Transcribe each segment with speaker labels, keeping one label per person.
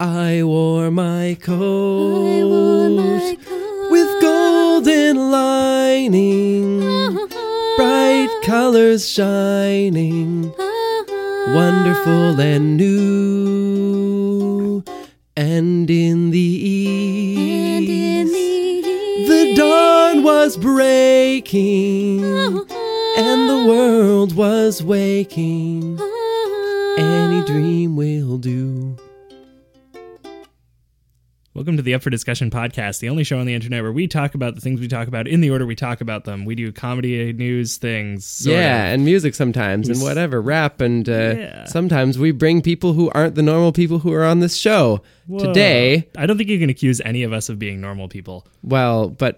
Speaker 1: I wore my coat
Speaker 2: I wore my coat Uh-huh.
Speaker 1: with golden lining, bright colors
Speaker 2: Uh-huh.
Speaker 1: shining, wonderful and new. And in the
Speaker 2: And in
Speaker 1: east,
Speaker 2: the
Speaker 1: the dawn was breaking,
Speaker 2: Uh-huh.
Speaker 1: and the world was waking.
Speaker 2: Uh-huh.
Speaker 1: Any dream will do.
Speaker 3: Welcome to the Up for Discussion podcast, the only show on the internet where we talk about the things we talk about in the order we talk about them. We do comedy, news, things. sort of.
Speaker 1: yeah, and music sometimes, and whatever, rap, and uh,
Speaker 3: Yeah.
Speaker 1: sometimes we bring people who aren't the normal people who are on this show.
Speaker 3: Whoa.
Speaker 1: Today,
Speaker 3: I don't think you can accuse any of us of being normal people.
Speaker 1: well, but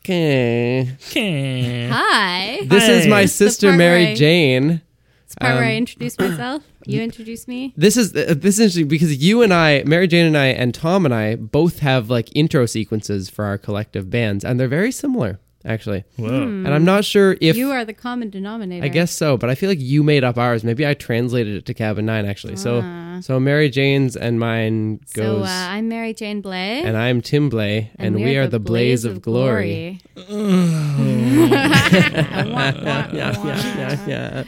Speaker 1: okay.
Speaker 3: Hi.
Speaker 2: Hi.
Speaker 1: this is
Speaker 3: Hi.
Speaker 1: my
Speaker 2: is
Speaker 3: This
Speaker 2: the
Speaker 1: sister
Speaker 2: part
Speaker 1: Mary
Speaker 2: where I-
Speaker 1: Jane.
Speaker 2: It's the part where I
Speaker 1: um,
Speaker 2: introduce myself. You introduce me.
Speaker 1: This is uh, this is interesting because you and I, Mary Jane and I, and Tom and I both have like intro sequences for our collective bands, and they're very similar actually.
Speaker 3: Whoa.
Speaker 1: And I'm not sure if
Speaker 2: Hmm. You are the common denominator.
Speaker 1: I guess so, but I feel like you made up ours. Maybe I translated it to Cabin Nine actually. So so Mary Jane's and mine
Speaker 2: Ah. So
Speaker 1: goes,
Speaker 2: uh, I'm Mary Jane Blay.
Speaker 1: and I'm Tim Blay, and, we are, the blaze, of glory.
Speaker 2: Wah, wah, wah.
Speaker 1: Yeah, yeah,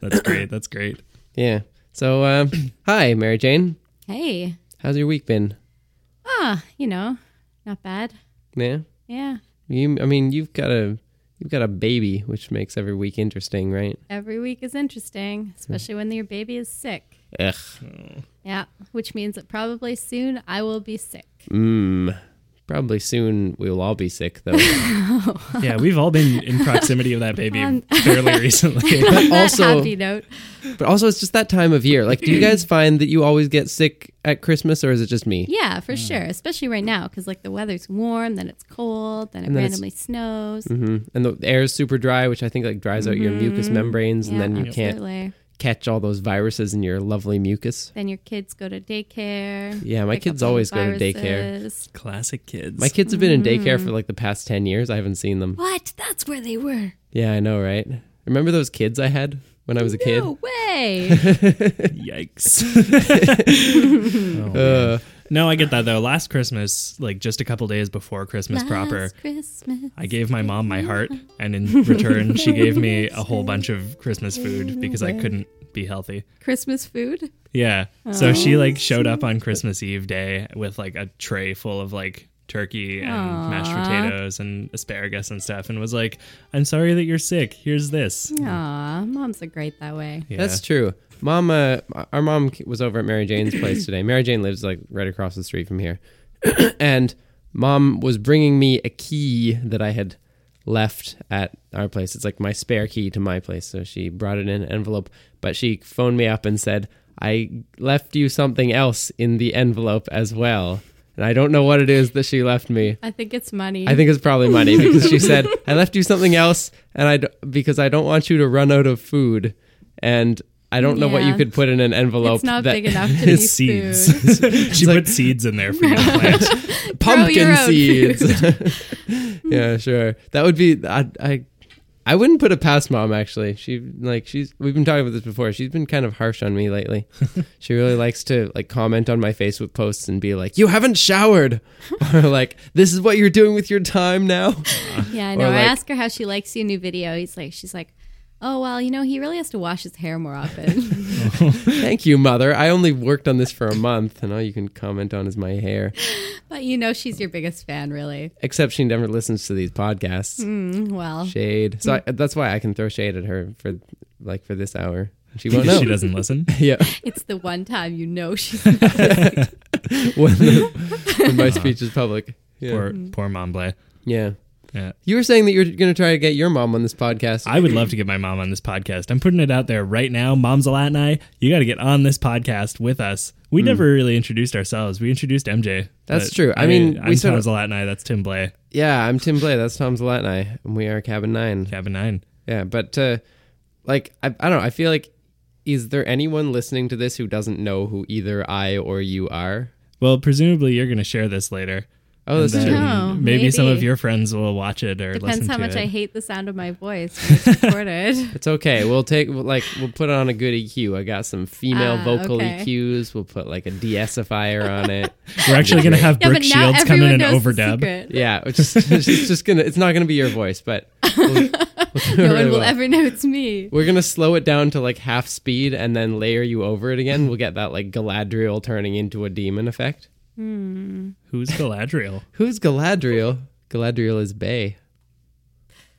Speaker 3: That's great. That's great.
Speaker 1: yeah. So uh, hi, Mary Jane.
Speaker 2: Hey.
Speaker 1: How's your week been?
Speaker 2: Ah, you know, not bad.
Speaker 1: Yeah.
Speaker 2: Yeah.
Speaker 1: You, I mean, you've got a you've got a baby, which makes every week interesting, right?
Speaker 2: Every week is interesting, especially when your baby is sick.
Speaker 1: Ugh.
Speaker 2: Yeah, which means that probably soon I will be sick.
Speaker 1: Mm. Probably soon we will all be sick, though.
Speaker 3: Yeah, we've all been in proximity of that baby
Speaker 2: Um,
Speaker 3: fairly recently.
Speaker 1: But
Speaker 2: That
Speaker 1: also,
Speaker 2: happy note.
Speaker 1: but also, it's just that time of year. Like, do you guys find that you always get sick at Christmas, or is it just me?
Speaker 2: Yeah, for sure. Especially right now, because like the weather's warm, then it's cold, then it
Speaker 1: And then it's-
Speaker 2: randomly snows.
Speaker 1: hmm And the air is super dry, which I think like dries out your mucous membranes, and
Speaker 2: Yeah,
Speaker 1: then you can't
Speaker 2: absolutely.
Speaker 1: catch all those viruses in your lovely mucus.
Speaker 2: Then your kids go to daycare.
Speaker 1: Yeah, my
Speaker 2: pick up
Speaker 1: kids
Speaker 2: all the
Speaker 1: always go to daycare.
Speaker 2: viruses.
Speaker 3: Classic kids.
Speaker 1: My kids have been in daycare for like the past ten years. I haven't seen them.
Speaker 2: What? That's where they were.
Speaker 1: Yeah, I know, right? Remember those kids I had when I was a kid?
Speaker 2: No way.
Speaker 3: Yikes. Oh, man.
Speaker 1: Uh,
Speaker 3: no, I get that though. Last Christmas, like just a couple days before Christmas proper,
Speaker 2: Last Christmas.
Speaker 3: I gave my mom my heart, and in return, she gave me a whole bunch of Christmas food because I couldn't be healthy.
Speaker 2: Christmas food.
Speaker 3: Yeah. So she like showed up on Christmas Eve day with like a tray full of like turkey and mashed potatoes and asparagus and stuff and was like, "I'm sorry that you're sick. Here's this."
Speaker 2: Aw, moms are great that way.
Speaker 3: Yeah.
Speaker 1: That's true. Mom, uh, our mom was over at Mary Jane's place today. Mary Jane lives like right across the street from here, and mom was bringing me a key that I had left at our place. It's like my spare key to my place. So she brought it in an envelope, but she phoned me up and said, "I left you something else in the envelope as well." And I don't know what it is that she left me.
Speaker 2: I think it's money.
Speaker 1: I think it's probably money because she said I left you something else, and I d- because I don't want you to run out of food, and I don't know what you
Speaker 2: Yeah.
Speaker 1: could put in an envelope.
Speaker 2: it's not
Speaker 1: that-
Speaker 2: big enough to be
Speaker 3: It's
Speaker 2: food.
Speaker 3: seeds. she put seeds in there for you to plant.
Speaker 2: Grow
Speaker 1: Pumpkin
Speaker 2: your own
Speaker 1: seeds. yeah, sure. That would be. I, I I wouldn't put it past mom. Actually, she like she's. We've been talking about this before. She's been kind of harsh on me lately. she really likes to like comment on my Facebook posts and be like, "You haven't showered," or like, "This is what you're doing with your time now."
Speaker 2: Yeah, I know. I
Speaker 1: like-
Speaker 2: ask her how she likes your new video. He's like, she's like, oh well, you know, he really has to wash his hair more often.
Speaker 1: Thank you, mother. I only worked on this for a month, and all you can comment on is my hair.
Speaker 2: but you know, she's your biggest fan, really.
Speaker 1: Except she never listens to these podcasts.
Speaker 2: Mm, Well,
Speaker 1: Shade. So I, that's why I can throw shade at her for like for this hour. She won't know.
Speaker 3: She doesn't listen.
Speaker 1: yeah,
Speaker 2: it's the one time you know she's.
Speaker 1: when, the, when my speech is public. Yeah.
Speaker 3: Uh-huh. Poor, poor mom Blay.
Speaker 1: yeah.
Speaker 3: Yeah.
Speaker 1: You were saying that you're going to try to get your mom on this podcast.
Speaker 3: I would love to get my mom on this podcast. I'm putting it out there right now. Mom's a lot and I, you got to get on this podcast with us. We never really introduced ourselves. We introduced MJ.
Speaker 1: Hmm. That's
Speaker 3: But
Speaker 1: true. I mean, we
Speaker 3: I'm
Speaker 1: sort of-
Speaker 3: Tom's a lot and I. That's Tim Blay,
Speaker 1: yeah, I'm Tim Blay. That's Tom Zalat and I, and we are Cabin Nine.
Speaker 3: Cabin Nine.
Speaker 1: Yeah, but uh, like I, I don't know. I feel like is there anyone listening to this who doesn't know who either I or you are?
Speaker 3: Well, presumably you're going to share this later.
Speaker 1: Oh, that's
Speaker 3: And
Speaker 1: true.
Speaker 2: No.
Speaker 3: maybe, some of
Speaker 2: maybe.
Speaker 3: your friends will watch it or
Speaker 2: Depends
Speaker 3: listen
Speaker 2: how
Speaker 3: to
Speaker 2: much
Speaker 3: it.
Speaker 2: I hate the sound of my voice when it's recorded.
Speaker 1: It's okay. We'll take we'll, like we'll put on a good EQ. I got some female
Speaker 2: Ah,
Speaker 1: vocal
Speaker 2: okay.
Speaker 1: EQs. We'll put like a deessifier on it.
Speaker 3: We're actually going to have
Speaker 2: yeah,
Speaker 3: Brooke
Speaker 2: but now
Speaker 3: Shields come in
Speaker 2: everyone knows
Speaker 3: and
Speaker 2: the
Speaker 3: overdub.
Speaker 2: secret.
Speaker 1: Yeah, it's just, it's just gonna. It's not gonna be your voice, but we'll, we'll do it
Speaker 2: No
Speaker 1: really
Speaker 2: one will
Speaker 1: well.
Speaker 2: ever know it's me.
Speaker 1: We're gonna slow it down to like half speed and then layer you over it again. We'll get that like Galadriel turning into a demon effect.
Speaker 3: Who's Galadriel?
Speaker 1: Who's Galadriel? Galadriel is Bay.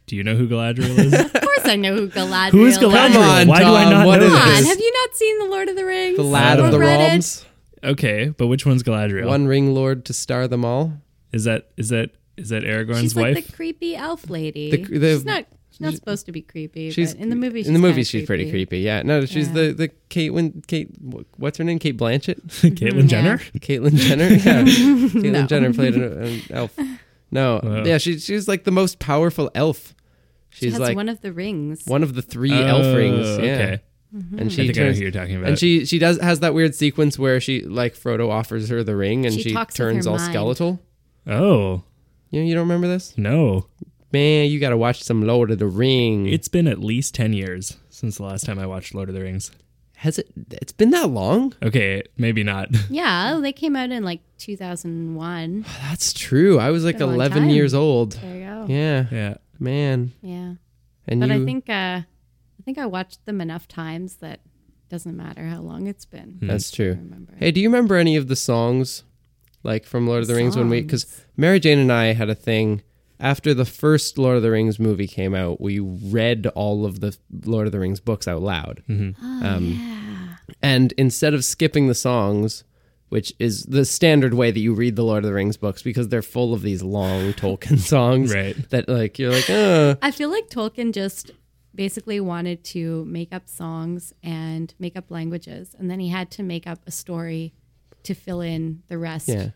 Speaker 3: Do you know who Galadriel is?
Speaker 2: Of course, I know who Galadriel.
Speaker 3: who is
Speaker 2: is.
Speaker 3: Galadriel?
Speaker 1: Come on,
Speaker 3: Why do I
Speaker 1: Tom,
Speaker 3: not
Speaker 1: what
Speaker 3: know
Speaker 1: is
Speaker 2: Come on,
Speaker 1: this?
Speaker 2: have you not seen the Lord of the Rings?
Speaker 1: The lad
Speaker 2: or
Speaker 1: of the
Speaker 2: read it?
Speaker 1: realms,
Speaker 3: Okay, but which one's Galadriel?
Speaker 1: one ring lord to star them all.
Speaker 3: Is that is that is that Aragorn's
Speaker 2: She's
Speaker 3: wife?
Speaker 2: like the creepy elf lady.
Speaker 1: The- the-
Speaker 2: she's not. She's not supposed to be creepy.
Speaker 1: She's
Speaker 2: but in the movie. She's
Speaker 1: in the movie,
Speaker 2: kinda
Speaker 1: she's pretty creepy. Yeah, no, she's
Speaker 2: Yeah.
Speaker 1: the the Kate Win, Kate. What's her name? Kate Blanchett.
Speaker 3: Caitlyn Jenner?
Speaker 1: Caitlyn Jenner. Yeah, Caitlyn
Speaker 2: No.
Speaker 1: Jenner played an, an elf. No,
Speaker 3: Wow.
Speaker 1: yeah, she, she's like the most powerful elf.
Speaker 2: She
Speaker 1: She's
Speaker 2: has
Speaker 1: like
Speaker 2: one of the rings.
Speaker 1: one of the three elf rings.
Speaker 3: Oh,
Speaker 1: Yeah,
Speaker 3: Okay.
Speaker 2: Mm-hmm.
Speaker 1: and
Speaker 3: I
Speaker 1: she
Speaker 3: think I know
Speaker 1: turns,
Speaker 3: who you're talking about.
Speaker 1: and she she does has that weird sequence where she like Frodo offers her the ring and she,
Speaker 2: She talks with
Speaker 1: turns
Speaker 2: her
Speaker 1: all
Speaker 2: mind.
Speaker 1: skeletal.
Speaker 3: oh,
Speaker 1: You you don't remember this?
Speaker 3: no.
Speaker 1: Man, you gotta watch some Lord of the Ring.
Speaker 3: It's been at least 10 years since the last time I watched Lord of the Rings.
Speaker 1: has it. It's been that long.
Speaker 3: Okay, maybe not.
Speaker 2: Yeah, they came out in like 2001.
Speaker 1: That's true. I was like
Speaker 2: been a long
Speaker 1: eleven
Speaker 2: time.
Speaker 1: years old.
Speaker 2: There you go.
Speaker 1: Yeah,
Speaker 3: yeah.
Speaker 1: man.
Speaker 2: Yeah.
Speaker 1: And
Speaker 2: But
Speaker 1: you,
Speaker 2: I think uh, I think I watched them enough times that it doesn't matter how long it's been.
Speaker 1: that's true.
Speaker 2: I remember.
Speaker 1: Hey, do you remember any of the songs like from Lord of the Rings when we cuz Mary Jane and I had a thing after the first Lord of the Rings movie came out, we read all of the Lord of the Rings books out loud. Um, And instead of skipping the songs, which is the standard way that you read the Lord of the Rings books because they're full of these long Tolkien songs
Speaker 3: Right.
Speaker 1: that like you're like, "Uh,
Speaker 2: I feel like Tolkien just basically wanted to make up songs and make up languages, and then he had to make up a story to fill in the rest.
Speaker 1: yeah."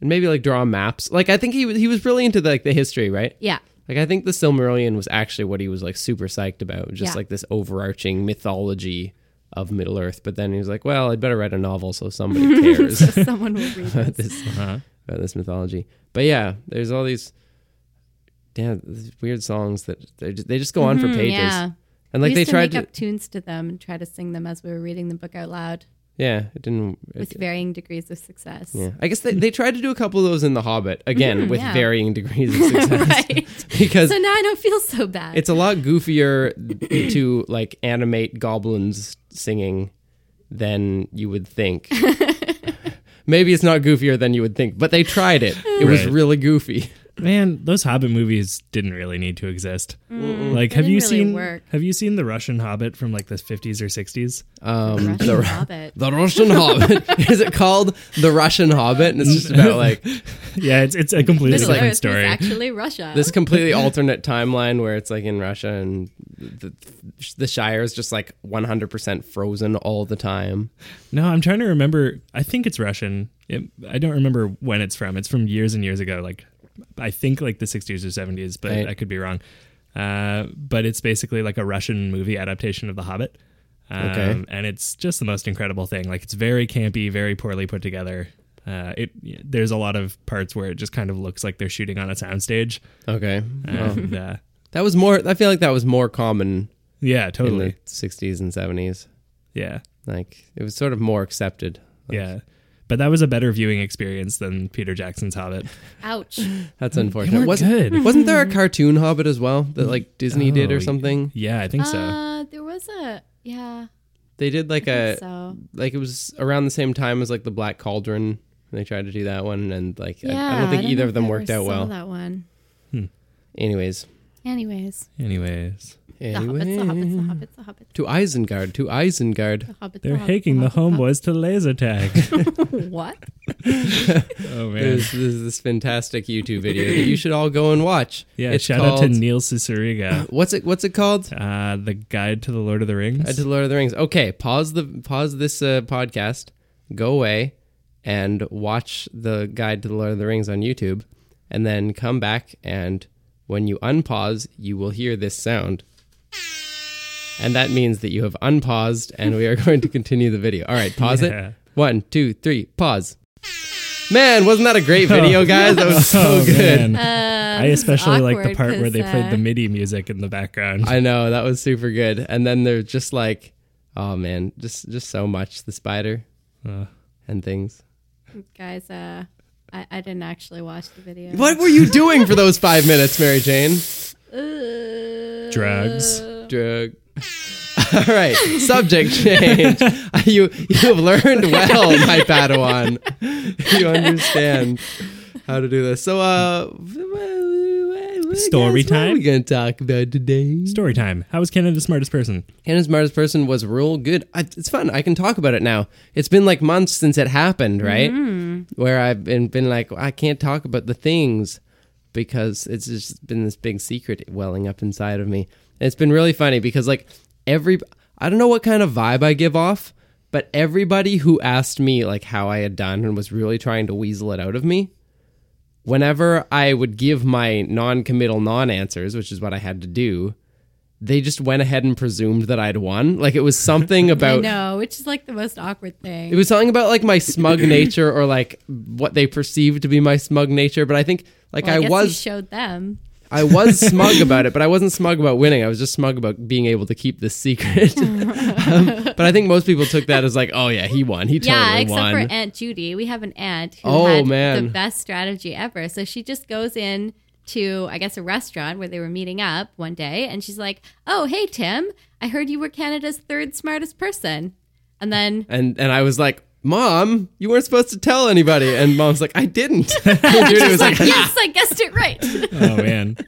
Speaker 1: And maybe like draw maps. Like I think he was- he was really into like the history, right?
Speaker 2: Yeah.
Speaker 1: Like I think the Silmarillion was actually what he was like super psyched about, just
Speaker 2: Yeah.
Speaker 1: like this overarching mythology of Middle Earth. But then he was like, "Well, I'd better write a novel so somebody cares
Speaker 2: So someone will read this.
Speaker 1: this, about this mythology." But yeah, there's all these damn these weird songs that they just, they just go on for pages,
Speaker 2: Mm-hmm, Yeah.
Speaker 1: and like
Speaker 2: we
Speaker 1: they
Speaker 2: used to
Speaker 1: tried
Speaker 2: make
Speaker 1: to,
Speaker 2: up tunes to them and try to sing them as we were reading the book out loud
Speaker 1: yeah, it didn't.
Speaker 2: with
Speaker 1: It,
Speaker 2: varying degrees of success.
Speaker 1: yeah, I guess they, they tried to do a couple of those in The Hobbit again with
Speaker 2: Mm-hmm, yeah.
Speaker 1: varying degrees of success
Speaker 2: right.
Speaker 1: because
Speaker 2: so now I don't feel so bad.
Speaker 1: it's a lot goofier to like animate goblins singing than you would think. Maybe it's not goofier than you would think, but they tried it. It was
Speaker 3: Right.
Speaker 1: really goofy.
Speaker 3: Man, those Hobbit movies didn't really need to exist. Like,
Speaker 2: They
Speaker 3: have
Speaker 2: didn't
Speaker 3: you
Speaker 2: really
Speaker 3: seen
Speaker 2: work.
Speaker 3: have you seen the Russian Hobbit from like the 50s or 60s?
Speaker 2: The Russian
Speaker 1: um, the-
Speaker 2: Hobbit.
Speaker 1: The Russian Hobbit. Is it called The Russian Hobbit? And it's just about like
Speaker 3: Yeah, it's it's a completely
Speaker 2: Middle
Speaker 3: different
Speaker 2: Earth was
Speaker 3: story.
Speaker 2: actually Russia.
Speaker 1: this completely alternate timeline where it's like in Russia and the, the Shire is just like 100% frozen all the time.
Speaker 3: No, I'm trying to remember. I think it's Russian. It, I don't remember when it's from. It's from years and years ago, like I think like the 60s or 70s, but
Speaker 1: Right.
Speaker 3: I could be wrong. Uh, but it's basically like a Russian movie adaptation of The Hobbit. Um,
Speaker 1: Okay.
Speaker 3: And it's just the most incredible thing. Like it's very campy, very poorly put together. Uh, it there's a lot of parts where it just kind of looks like they're shooting on a soundstage,
Speaker 1: Okay.
Speaker 3: and uh,
Speaker 1: That was more, I feel like that was more common
Speaker 3: yeah,
Speaker 1: in
Speaker 3: totally,
Speaker 1: the 60s and 70s.
Speaker 3: yeah.
Speaker 1: Like it was sort of more accepted.
Speaker 3: Yeah. But that was a better viewing experience than Peter Jackson's Hobbit.
Speaker 2: Ouch.
Speaker 1: That's unfortunate. Wasn't,
Speaker 3: Mm, good.
Speaker 1: wasn't there a cartoon Hobbit as well that like Disney did
Speaker 3: Oh,
Speaker 1: or something?
Speaker 3: Yeah, I think so.
Speaker 2: Uh, there was a yeah.
Speaker 1: They did like a
Speaker 2: so
Speaker 1: like it was around the same time as like the Black Cauldron. And they tried to do that one, and like I- I, don't think either
Speaker 2: know
Speaker 1: of them
Speaker 2: if I
Speaker 1: worked
Speaker 2: ever
Speaker 1: out
Speaker 2: saw
Speaker 1: well.
Speaker 2: That one.
Speaker 1: Anyways,
Speaker 2: Anyways,
Speaker 3: Anyways,
Speaker 2: the hobbits, the hobbits, the hobbits, the hobbits,
Speaker 1: to Isengard, to Isengard.
Speaker 2: the hobbits.
Speaker 3: they're taking the homeboys to laser tag.
Speaker 2: home. What?
Speaker 3: oh man.
Speaker 1: There's, there's this fantastic YouTube video that you should all go and watch.
Speaker 3: Yeah,
Speaker 1: it's
Speaker 3: shout out to
Speaker 1: called-
Speaker 3: Neil Ciceriga,
Speaker 1: what's it what's it called?
Speaker 3: uh, the guide to the Lord of the
Speaker 1: I
Speaker 3: Rings.
Speaker 1: did Lord of the Rings. Okay, pause the pause this uh, podcast, go away, and watch the guide to the Lord of the Rings on YouTube, and then come back and when you unpause, you will hear this sound, and that means that you have unpaused, and we are going to continue the video. All right, pause
Speaker 3: Yeah.
Speaker 1: it. One, two, three, pause. Man, wasn't that a great video, guys? That was so
Speaker 3: Oh,
Speaker 1: good.
Speaker 3: man. I
Speaker 2: this is
Speaker 3: especially like the
Speaker 2: Um, awkward
Speaker 3: part where
Speaker 2: 'cause,
Speaker 3: they played
Speaker 2: uh,
Speaker 3: the MIDI music in the background.
Speaker 1: I know that was super good. And then they're just like, oh man, just just so much the spider
Speaker 3: Uh,
Speaker 1: and things.
Speaker 2: guys. Uh, I, I didn't actually watch the video.
Speaker 1: What were you doing for those five minutes, Mary Jane?
Speaker 2: Uh,
Speaker 3: Drugs.
Speaker 1: Drug. All right, subject change. you you have learned well, my Padawan. You understand how to do this. So, uh,
Speaker 3: Story
Speaker 1: guys, What are we
Speaker 3: time?
Speaker 1: gonna talk about today?
Speaker 3: Story time. How was Kenan the smartest person?
Speaker 1: Hannah's Smartest Person was real good. I, it's fun. I can talk about it now. It's been like months since it happened, right? Where I've been, been like, I can't talk about the things because it's just been this big secret welling up inside of me. And it's been really funny because, like, every, I don't know what kind of vibe I give off, but everybody who asked me, like, how I had done and was really trying to weasel it out of me, whenever I would give my non committal non answers, which is what I had to do, they just went ahead and presumed that I'd won. Like it was something
Speaker 2: I
Speaker 1: about
Speaker 2: know, which is like the most awkward thing.
Speaker 1: it was something about like my smug nature or like what they perceived to be my smug nature. But I think like
Speaker 2: Well, I,
Speaker 1: I,
Speaker 2: guess you
Speaker 1: was
Speaker 2: showed them.
Speaker 1: I was smug about it, but I wasn't smug about winning. I was just smug about being able to keep this secret. um, but I think most people took that as like, oh yeah, he won. He totally
Speaker 2: yeah, except
Speaker 1: won.
Speaker 2: for Aunt Judy. We have an aunt who
Speaker 1: Oh,
Speaker 2: had
Speaker 1: man.
Speaker 2: the best strategy ever. So she just goes in to, I guess, a restaurant where they were meeting up one day, and she's like, "Oh, hey Tim, I heard you were Canada's third smartest person." And then
Speaker 1: and and I was like, Mom, you weren't supposed to tell anybody. And Mom's like, I didn't. And Judy was like,
Speaker 2: yes, I guessed it right.
Speaker 3: Oh man,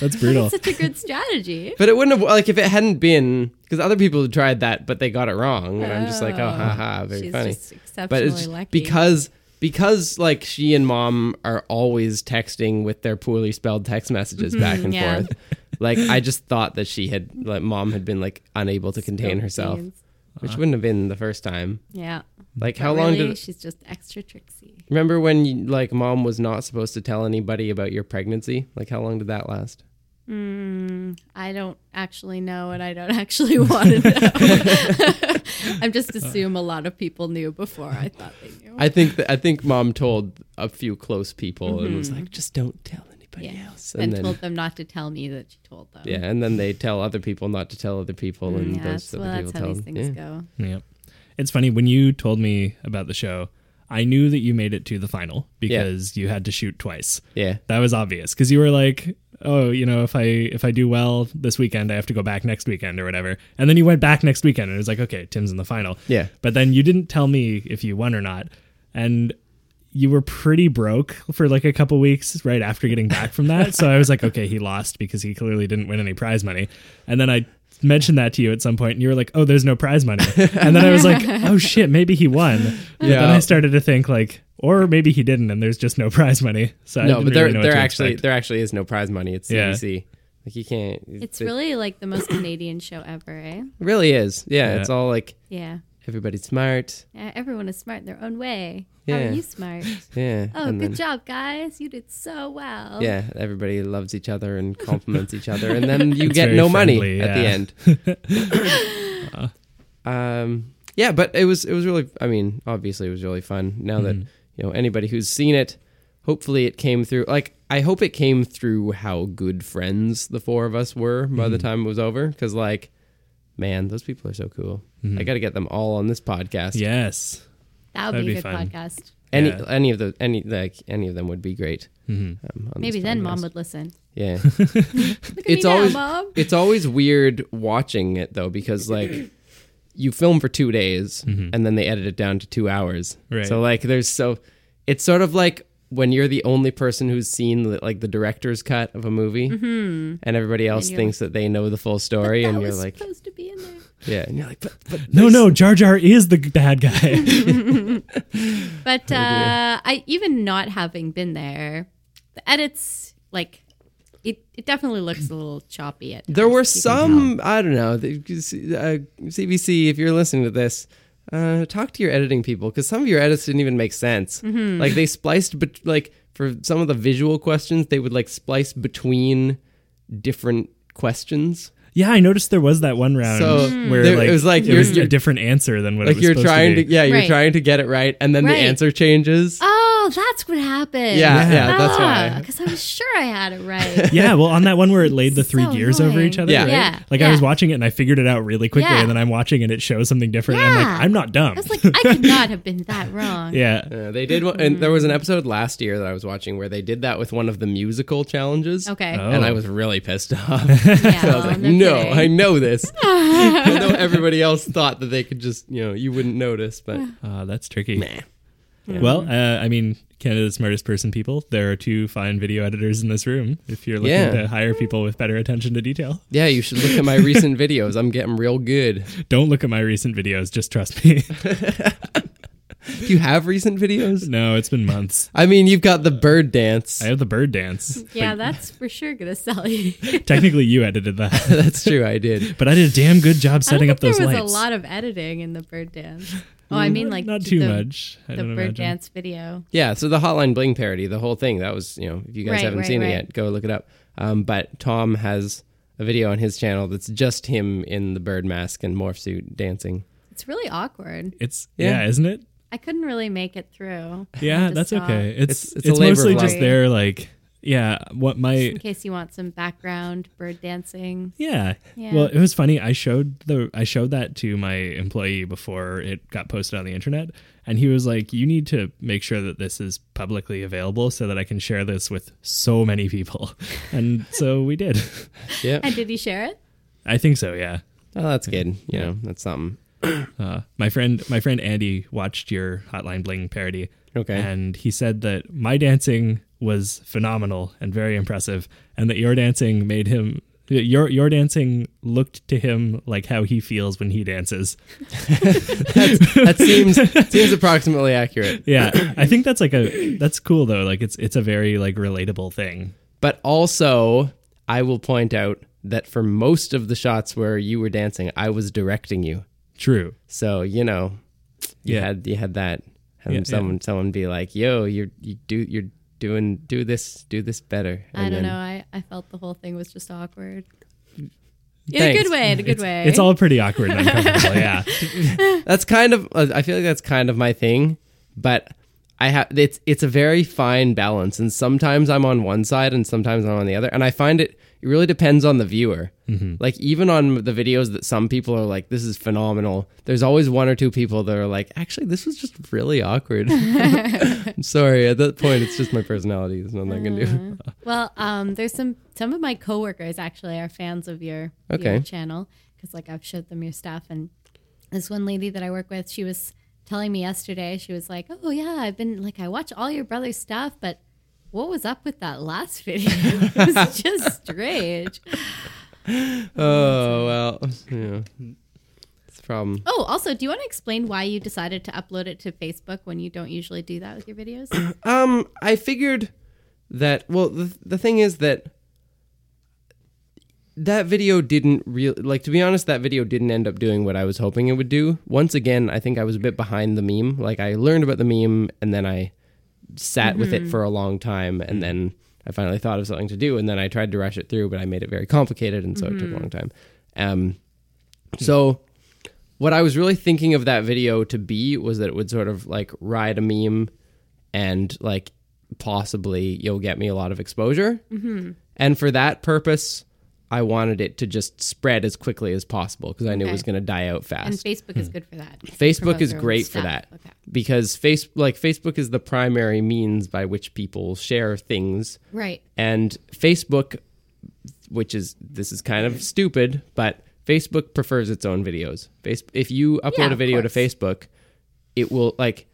Speaker 3: that's brutal.
Speaker 2: Such a good strategy.
Speaker 1: But it wouldn't have like if it hadn't been because other people had tried that, but they got it wrong, and I'm just like, oh, ha ha, very
Speaker 2: She's
Speaker 1: funny.
Speaker 2: just exceptionally
Speaker 1: But it's just
Speaker 2: lucky.
Speaker 1: because because like she and mom are always texting with their poorly spelled text messages back and
Speaker 2: Mm-hmm. yeah.
Speaker 1: forth. Like I just thought that she had like mom had been like unable to contain herself, which wouldn't have been the first time.
Speaker 2: yeah.
Speaker 1: Like
Speaker 2: But
Speaker 1: how long
Speaker 2: really,
Speaker 1: did
Speaker 2: she's just extra tricksy?
Speaker 1: remember when you, like mom was not supposed to tell anybody about your pregnancy? Like how long did that last?
Speaker 2: I don't actually know, and I don't actually want to know. I'm just assume a lot of people knew before I thought they knew.
Speaker 1: I think that I think mom told a few close people and was like, just don't tell anybody else.
Speaker 2: Mm-hmm. and,
Speaker 1: And then
Speaker 2: told them not to tell me that she told them.
Speaker 1: yeah, and then they tell other people not to tell other people, and
Speaker 2: Yeah,
Speaker 1: those
Speaker 2: Mm, that's,
Speaker 1: other
Speaker 2: well, that's
Speaker 1: people
Speaker 2: how
Speaker 1: tell
Speaker 2: these
Speaker 1: them.
Speaker 2: things
Speaker 1: yeah.
Speaker 2: go.
Speaker 3: Yep. It's funny when you told me about the show, I knew that you made it to the final because you had to shoot twice.
Speaker 1: Yeah.
Speaker 3: That was obvious because you were like, "Oh, you know, if I if I do well this weekend, I have to go back next weekend or whatever." And then you went back next weekend, and it was like, "Okay, Tim's in the final."
Speaker 1: Yeah.
Speaker 3: But then you didn't tell me if you won or not, and you were pretty broke for like a couple weeks right after getting back from that. so I was like, "Okay, he lost because he clearly didn't win any prize money." And then I mentioned that to you at some point, and you were like, "Oh, there's no prize money." And then I was like, "Oh shit, maybe he won." But
Speaker 1: Yeah.
Speaker 3: then I started to think like. Or maybe he didn't, and there's just no prize money. So I
Speaker 1: No, but
Speaker 3: didn't really
Speaker 1: there
Speaker 3: know what
Speaker 1: there
Speaker 3: to
Speaker 1: actually
Speaker 3: expect.
Speaker 1: there actually is no prize money. It's
Speaker 3: Yeah.
Speaker 1: CBC. Like you can't.
Speaker 2: It's
Speaker 1: it
Speaker 2: really like the most Canadian show ever, eh?
Speaker 1: really is. Yeah,
Speaker 3: Yeah.
Speaker 1: it's all like
Speaker 2: Yeah.
Speaker 1: everybody's smart.
Speaker 2: Yeah, Everyone is smart in their own way. How
Speaker 1: Yeah.
Speaker 2: are you smart?
Speaker 1: Yeah.
Speaker 2: Oh,
Speaker 1: and
Speaker 2: good
Speaker 1: then,
Speaker 2: job, guys. You did so well.
Speaker 1: Yeah, everybody loves each other and compliments each other, and then you get
Speaker 3: very
Speaker 1: no money
Speaker 3: friendly,
Speaker 1: at the
Speaker 3: yeah.
Speaker 1: end. um, yeah, but it was it was really. I mean, obviously, it was really fun. Now that
Speaker 3: Mm-hmm.
Speaker 1: you know anybody who's seen it, hopefully, it came through. Like I hope it came through how good friends the four of us were by
Speaker 3: Mm-hmm.
Speaker 1: the time it was over. Because like, man, those people are so cool.
Speaker 3: Mm-hmm.
Speaker 1: I got to get them all on this podcast.
Speaker 3: Yes.
Speaker 2: That would
Speaker 3: That'd
Speaker 2: be a
Speaker 3: be
Speaker 2: good
Speaker 3: fun.
Speaker 2: podcast.
Speaker 1: Any
Speaker 3: Yeah. Mm-hmm.
Speaker 1: any of the any like any of them would be great. um, on
Speaker 2: Maybe
Speaker 1: this
Speaker 2: then
Speaker 1: podcast.
Speaker 2: mom would listen.
Speaker 1: Yeah.
Speaker 2: Look at
Speaker 1: It's
Speaker 2: me
Speaker 1: always-
Speaker 2: now, mom.
Speaker 1: it's always weird watching it though because like you film for two days
Speaker 2: Mm-hmm.
Speaker 1: and then they edit it down to two hours
Speaker 3: Right.
Speaker 1: so like there's so it's sort of like when you're the only person who's seen the, like the director's cut of a movie and everybody else
Speaker 2: Mm-hmm. you're
Speaker 1: thinks that they know the full story
Speaker 2: That
Speaker 1: and you're
Speaker 2: was
Speaker 1: like
Speaker 2: supposed to be in there.
Speaker 1: yeah and you're like but, but
Speaker 3: No, no, Jar Jar is the g- bad guy.
Speaker 2: But uh, I even not having been there, the edits like it, it definitely looks a little choppy at
Speaker 1: there were
Speaker 2: times. You can
Speaker 1: some i don't know the- uh, cbc if you're listening to this uh, talk to your editing people because some of your edits didn't even make sense
Speaker 2: Mm-hmm.
Speaker 1: like they spliced but like for some of the visual questions they would like splice between different questions
Speaker 3: Yeah, I noticed there was that one round
Speaker 1: So,
Speaker 2: Hmm.
Speaker 3: where
Speaker 1: there-
Speaker 3: like
Speaker 1: it was like
Speaker 3: it was
Speaker 1: you're-
Speaker 3: a different answer than what it
Speaker 1: like
Speaker 3: was
Speaker 1: you're
Speaker 3: supposed
Speaker 1: trying
Speaker 3: to
Speaker 1: to,
Speaker 3: be.
Speaker 1: yeah, you're
Speaker 2: Right.
Speaker 1: trying to get it right, and then
Speaker 2: Right.
Speaker 1: the answer changes.
Speaker 2: Oh, that's what happened.
Speaker 1: Yeah, yeah, that's why.
Speaker 2: Because I was sure I had it right.
Speaker 3: yeah, well, on that one where it laid the three
Speaker 2: So
Speaker 3: gears over each other,
Speaker 1: Yeah.
Speaker 3: right?
Speaker 2: Yeah,
Speaker 3: Like
Speaker 2: yeah.
Speaker 3: I was watching it and I figured it out really quickly,
Speaker 2: Yeah.
Speaker 3: and then I'm watching and it shows something different. And I'm
Speaker 2: Yeah.
Speaker 3: like, I'm not dumb.
Speaker 2: I was like, I could not have been that wrong.
Speaker 3: yeah,
Speaker 1: Yeah, Uh, they did. One, and there
Speaker 2: mm-hmm.
Speaker 1: was an episode last year that I was watching where they did that with one of the musical challenges.
Speaker 2: Okay.
Speaker 3: Oh.
Speaker 1: And I was really pissed off. so
Speaker 2: Yeah,
Speaker 1: I was like, no, I know this. I know everybody else thought that they could just, you know, you wouldn't notice, but
Speaker 3: Uh, that's tricky. Well, uh, I mean, Canada's smartest person people. There are two fine video editors in this room. If you're looking
Speaker 1: Yeah.
Speaker 3: to hire people with better attention to detail,
Speaker 1: yeah, you should look at my recent videos. I'm getting real good.
Speaker 3: don't look at my recent videos. Just trust me.
Speaker 1: Do you have recent videos?
Speaker 3: no, it's been months.
Speaker 1: I mean, you've got the bird dance.
Speaker 3: I have the bird dance.
Speaker 2: Yeah, that's for sure gonna sell you.
Speaker 3: Technically, you edited that,
Speaker 1: That's true. I did.
Speaker 3: but I did a damn good job
Speaker 2: I don't
Speaker 3: setting up
Speaker 2: think
Speaker 3: those
Speaker 2: there was
Speaker 3: lights. Mm,
Speaker 2: a lot of editing in the bird dance. Oh, I mean, like
Speaker 3: Not too
Speaker 2: the,
Speaker 3: much. I
Speaker 2: The
Speaker 3: don't
Speaker 2: bird
Speaker 3: imagine.
Speaker 2: dance video.
Speaker 1: Yeah. So the Hotline Bling parody, the whole thing, that was, you know, if you guys
Speaker 2: Right,
Speaker 1: haven't
Speaker 2: right,
Speaker 1: seen
Speaker 2: right.
Speaker 1: it yet, go look it up. Um, but Tom has a video on his channel that's just him in the bird mask and morph suit dancing.
Speaker 2: It's really awkward.
Speaker 3: It's
Speaker 1: Yeah.
Speaker 3: yeah, isn't it?
Speaker 2: I couldn't really make it through.
Speaker 3: Yeah,
Speaker 2: to
Speaker 3: that's
Speaker 2: stop.
Speaker 3: okay. It's
Speaker 1: It's-
Speaker 3: it's,
Speaker 1: it's a labor of
Speaker 3: mostly
Speaker 1: love.
Speaker 3: just there, like yeah. What my
Speaker 2: In case you want some background bird dancing.
Speaker 3: Yeah.
Speaker 2: Yeah.
Speaker 3: Well, it was funny. I showed the I showed that to my employee before it got posted on the internet, and he was like, "You need to make sure that this is publicly available so that I can share this with so many people." And so we did.
Speaker 1: Yep.
Speaker 2: And did he share it?
Speaker 3: I think so. Yeah.
Speaker 1: Oh, that's good. You know, that's something.
Speaker 3: Uh, my friend, my friend Andy watched your Hotline Bling parody.
Speaker 1: Okay.
Speaker 3: And he said that my dancing was phenomenal and very impressive, and that your dancing made him. Your your dancing looked to him like how he feels when he dances.
Speaker 1: That seems seems approximately accurate.
Speaker 3: Yeah, I think that's like a that's cool though. Like it's it's a very like relatable thing.
Speaker 1: But also, I will point out that for most of the shots where you were dancing, I was directing you.
Speaker 3: True.
Speaker 1: So you know, you
Speaker 3: Yeah.
Speaker 1: had you had that, and
Speaker 3: Yeah,
Speaker 1: someone someone be like, "Yo, you're you do you're doing do this do this better." And
Speaker 2: I don't
Speaker 1: then-
Speaker 2: know. I, I felt the whole thing was just awkward. In
Speaker 1: Thanks.
Speaker 2: a good way. In a good way.
Speaker 3: It's all pretty awkward and uncomfortable. yeah.
Speaker 1: That's kind of uh, I feel like that's kind of my thing, but I have it's it's a very fine balance, and sometimes I'm on one side and sometimes I'm on the other, and I find it it really depends on the viewer. Like even on the videos that some people are like, "This is phenomenal," there's always one or two people that are like, "Actually, this was just really awkward." I'm sorry. At that point, it's just my personality. There's nothing I can do.
Speaker 2: Well, um, there's some some of my coworkers actually are fans of your,
Speaker 1: Okay.
Speaker 2: your channel because like I've showed them your stuff, and this one lady that I work with, she was telling me yesterday, she was like, "Oh yeah, I've been like I watch all your brother's stuff, but what was up with that last video? it was just strange."
Speaker 1: Oh well, yeah, it's a problem.
Speaker 2: Oh, also, do you want to explain why you decided to upload it to Facebook when you don't usually do that with your videos?
Speaker 1: Um, I figured that. Well, the the thing is that that video didn't real like to be honest. That video didn't end up doing what I was hoping it would do. Once again, I think I was a bit behind the meme. Like I learned about the meme and then I sat with
Speaker 2: Mm-hmm.
Speaker 1: it for a long time
Speaker 2: Mm.
Speaker 1: and then I finally thought of something to do and then I tried to rush it through, but I made it very complicated and so it
Speaker 2: Mm-hmm.
Speaker 1: took a long time. Um, so what I was really thinking of that video to be was that it would sort of like ride a meme and like possibly you'll get me a lot of exposure. Mm-hmm. And for that purpose, I wanted it to just spread as quickly as possible because I knew it
Speaker 2: Okay.
Speaker 1: was going to die out
Speaker 2: and
Speaker 1: fast.
Speaker 2: Facebook is good for that.
Speaker 1: Hmm. Facebook
Speaker 2: Promote
Speaker 1: is
Speaker 2: their own
Speaker 1: great for
Speaker 2: stuff.
Speaker 1: that
Speaker 2: Okay.
Speaker 1: because face like Facebook is the primary means by which people share things
Speaker 2: Right.
Speaker 1: and Facebook, which is this is kind of stupid, but Facebook prefers its own videos. Face- if you upload
Speaker 2: Yeah,
Speaker 1: a
Speaker 2: of
Speaker 1: video to
Speaker 2: course.
Speaker 1: Facebook, it will like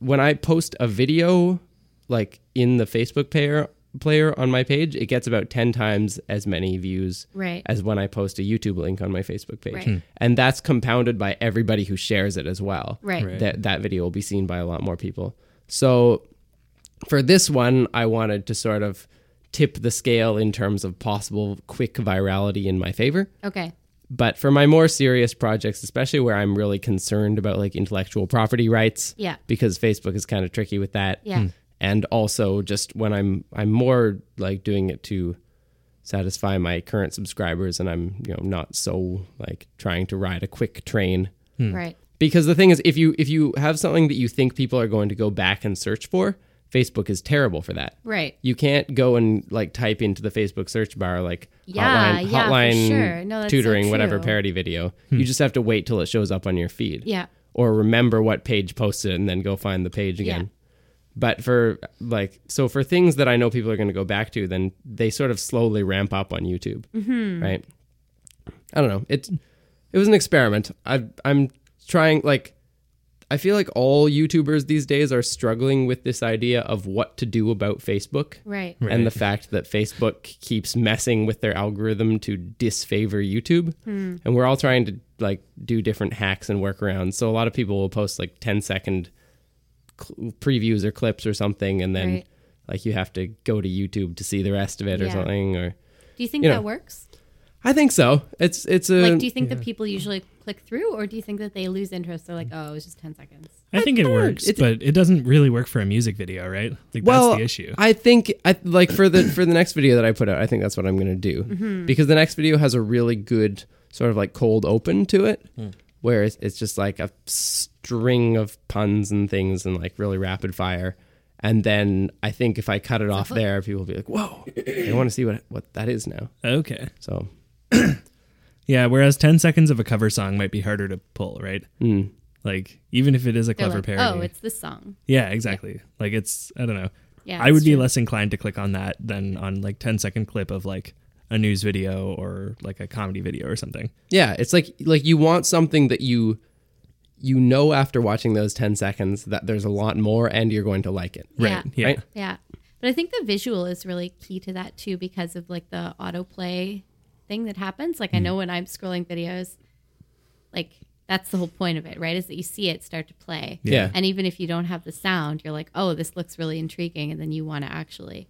Speaker 1: when I post a video like in the Facebook player player on my page, it gets about ten times as many views
Speaker 2: Right.
Speaker 1: as when I post a YouTube link on my Facebook page,
Speaker 2: Right. Hmm.
Speaker 1: and that's compounded by everybody who shares it as well.
Speaker 2: Right. Right.
Speaker 1: That that video will be seen by a lot more people. So for this one, I wanted to sort of tip the scale in terms of possible quick virality in my favor.
Speaker 2: Okay.
Speaker 1: But for my more serious projects, especially where I'm really concerned about like intellectual property rights,
Speaker 2: Yeah.
Speaker 1: because Facebook is kind of tricky with that.
Speaker 2: Yeah. Hmm.
Speaker 1: And also just when I'm I'm more like doing it to satisfy my current subscribers and I'm, you know, not so like trying to ride a quick train.
Speaker 2: Right.
Speaker 1: Because the thing is if you if you have something that you think people are going to go back and search for, Facebook is terrible for that.
Speaker 2: Right.
Speaker 1: You can't go and like type into the Facebook search bar like
Speaker 2: Yeah,
Speaker 1: hotline,
Speaker 2: yeah, for
Speaker 1: hotline
Speaker 2: sure. No, that's so
Speaker 1: tutoring whatever
Speaker 2: true.
Speaker 1: parody video. You just have to wait till it shows up on your feed.
Speaker 2: Yeah.
Speaker 1: Or remember what page posted it and then go find the page again.
Speaker 2: Yeah.
Speaker 1: But for like so for things that I know people are going to go back to, then they sort of slowly ramp up on YouTube, mm-hmm. right? I don't know. It it was an experiment. I I'm trying like I feel like all YouTubers these days are struggling with this idea of what to do about Facebook
Speaker 2: Right.
Speaker 1: and the fact that Facebook keeps messing with their algorithm to disfavor YouTube.
Speaker 2: Hmm.
Speaker 1: And we're all trying to like do different hacks and workarounds. So a lot of people will post like 10 second cl- previews or clips or something and then
Speaker 2: Right.
Speaker 1: like you have to go to YouTube to see the rest of it or
Speaker 2: Yeah.
Speaker 1: something or
Speaker 2: Do you think
Speaker 1: You
Speaker 2: that
Speaker 1: know,
Speaker 2: works?
Speaker 1: I think so. It's it's a
Speaker 2: Like, do you think that people usually click through, or do you think that they lose interest? They're like, oh, it was just ten seconds.
Speaker 3: I think it works,
Speaker 1: It's-
Speaker 3: but it doesn't really work for a music video, right? Like
Speaker 1: well,
Speaker 3: that's the issue.
Speaker 1: I think I like for the for the next video that I put out, I think that's what I'm going to do because the next video has a really good sort of like cold open to it,
Speaker 3: Hmm.
Speaker 1: where it's, it's just like a string of puns and things and like really rapid fire. And then I think if I cut it off there, people will be like, "Whoa, I want to see what what that is now."
Speaker 3: okay.
Speaker 1: So
Speaker 3: Yeah, whereas 10 seconds of a cover song might be harder to pull, right?
Speaker 1: Hmm.
Speaker 3: Mm. Like even if it is a
Speaker 2: They're
Speaker 3: clever
Speaker 2: like,
Speaker 3: parody.
Speaker 2: oh, it's this song.
Speaker 3: yeah, exactly. Like it's I don't know.
Speaker 2: Yeah,
Speaker 3: I would
Speaker 2: it's
Speaker 3: be
Speaker 2: true.
Speaker 3: less inclined to click on that than on like 10 second clip of like a news video or like a comedy video or something.
Speaker 1: yeah, it's like like you want something that you you know after watching those ten seconds that there's a lot more and you're going to like it.
Speaker 2: Yeah.
Speaker 3: Yeah.
Speaker 1: Right.
Speaker 2: Yeah. But I think the visual is really key to that too because of like the autoplay thing that happens. Like I
Speaker 1: Mm.
Speaker 2: know when I'm scrolling videos, like that's the whole point of it, right? Is that you see it start to play.
Speaker 1: Yeah.
Speaker 2: And even if you don't have the sound, you're like, "Oh, this looks really intriguing," and then you want to actually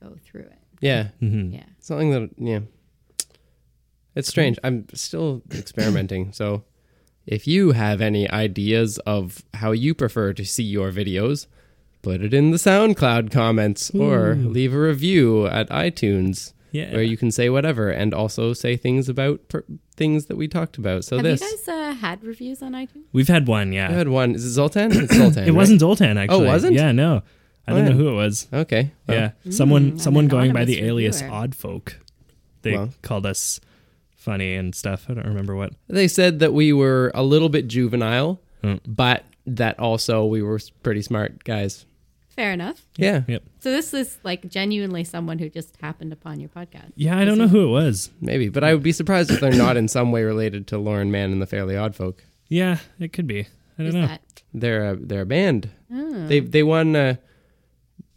Speaker 2: go through it.
Speaker 1: Yeah.
Speaker 3: Mm-hmm.
Speaker 2: Yeah.
Speaker 1: something that yeah it's strange i'm still experimenting so if you have any ideas of how you prefer to see your videos put it in the soundcloud comments or leave a review at itunes
Speaker 3: Yeah.
Speaker 1: where you can say whatever and also say things about per- things that we talked about so
Speaker 2: Have
Speaker 1: this
Speaker 2: you guys uh, had reviews on iTunes?
Speaker 3: We've had one, yeah.
Speaker 1: i had one is it zoltan it's zoltan
Speaker 3: It
Speaker 1: right? Oh,
Speaker 3: wasn't Zoltan actually.
Speaker 1: wasn't?
Speaker 3: Yeah, no. I
Speaker 1: Oh,
Speaker 3: don't
Speaker 1: yeah. Oh.
Speaker 3: know who it was.
Speaker 1: okay well,
Speaker 3: yeah. Someone someone
Speaker 2: an
Speaker 3: going by
Speaker 2: anonymous
Speaker 3: the alias
Speaker 2: reviewer.
Speaker 3: Odd Folk. They
Speaker 1: Wow.
Speaker 3: called us funny and stuff. I don't remember what.
Speaker 1: they said that we were a little bit juvenile
Speaker 3: Hmm.
Speaker 1: but that also we were pretty smart guys
Speaker 2: Fair enough.
Speaker 1: yeah
Speaker 3: Yep.
Speaker 2: So this is like genuinely someone who just happened upon your podcast.
Speaker 3: Yeah, I don't know who it was.
Speaker 1: Maybe, but I would be surprised if they're not in some way related to Lauren Mann and the Fairly Odd Folk.
Speaker 3: Yeah, it could be. I don't
Speaker 2: Who's
Speaker 3: know.
Speaker 2: that? oh,
Speaker 1: They're a they're a band.
Speaker 2: Mm.
Speaker 1: They they won uh,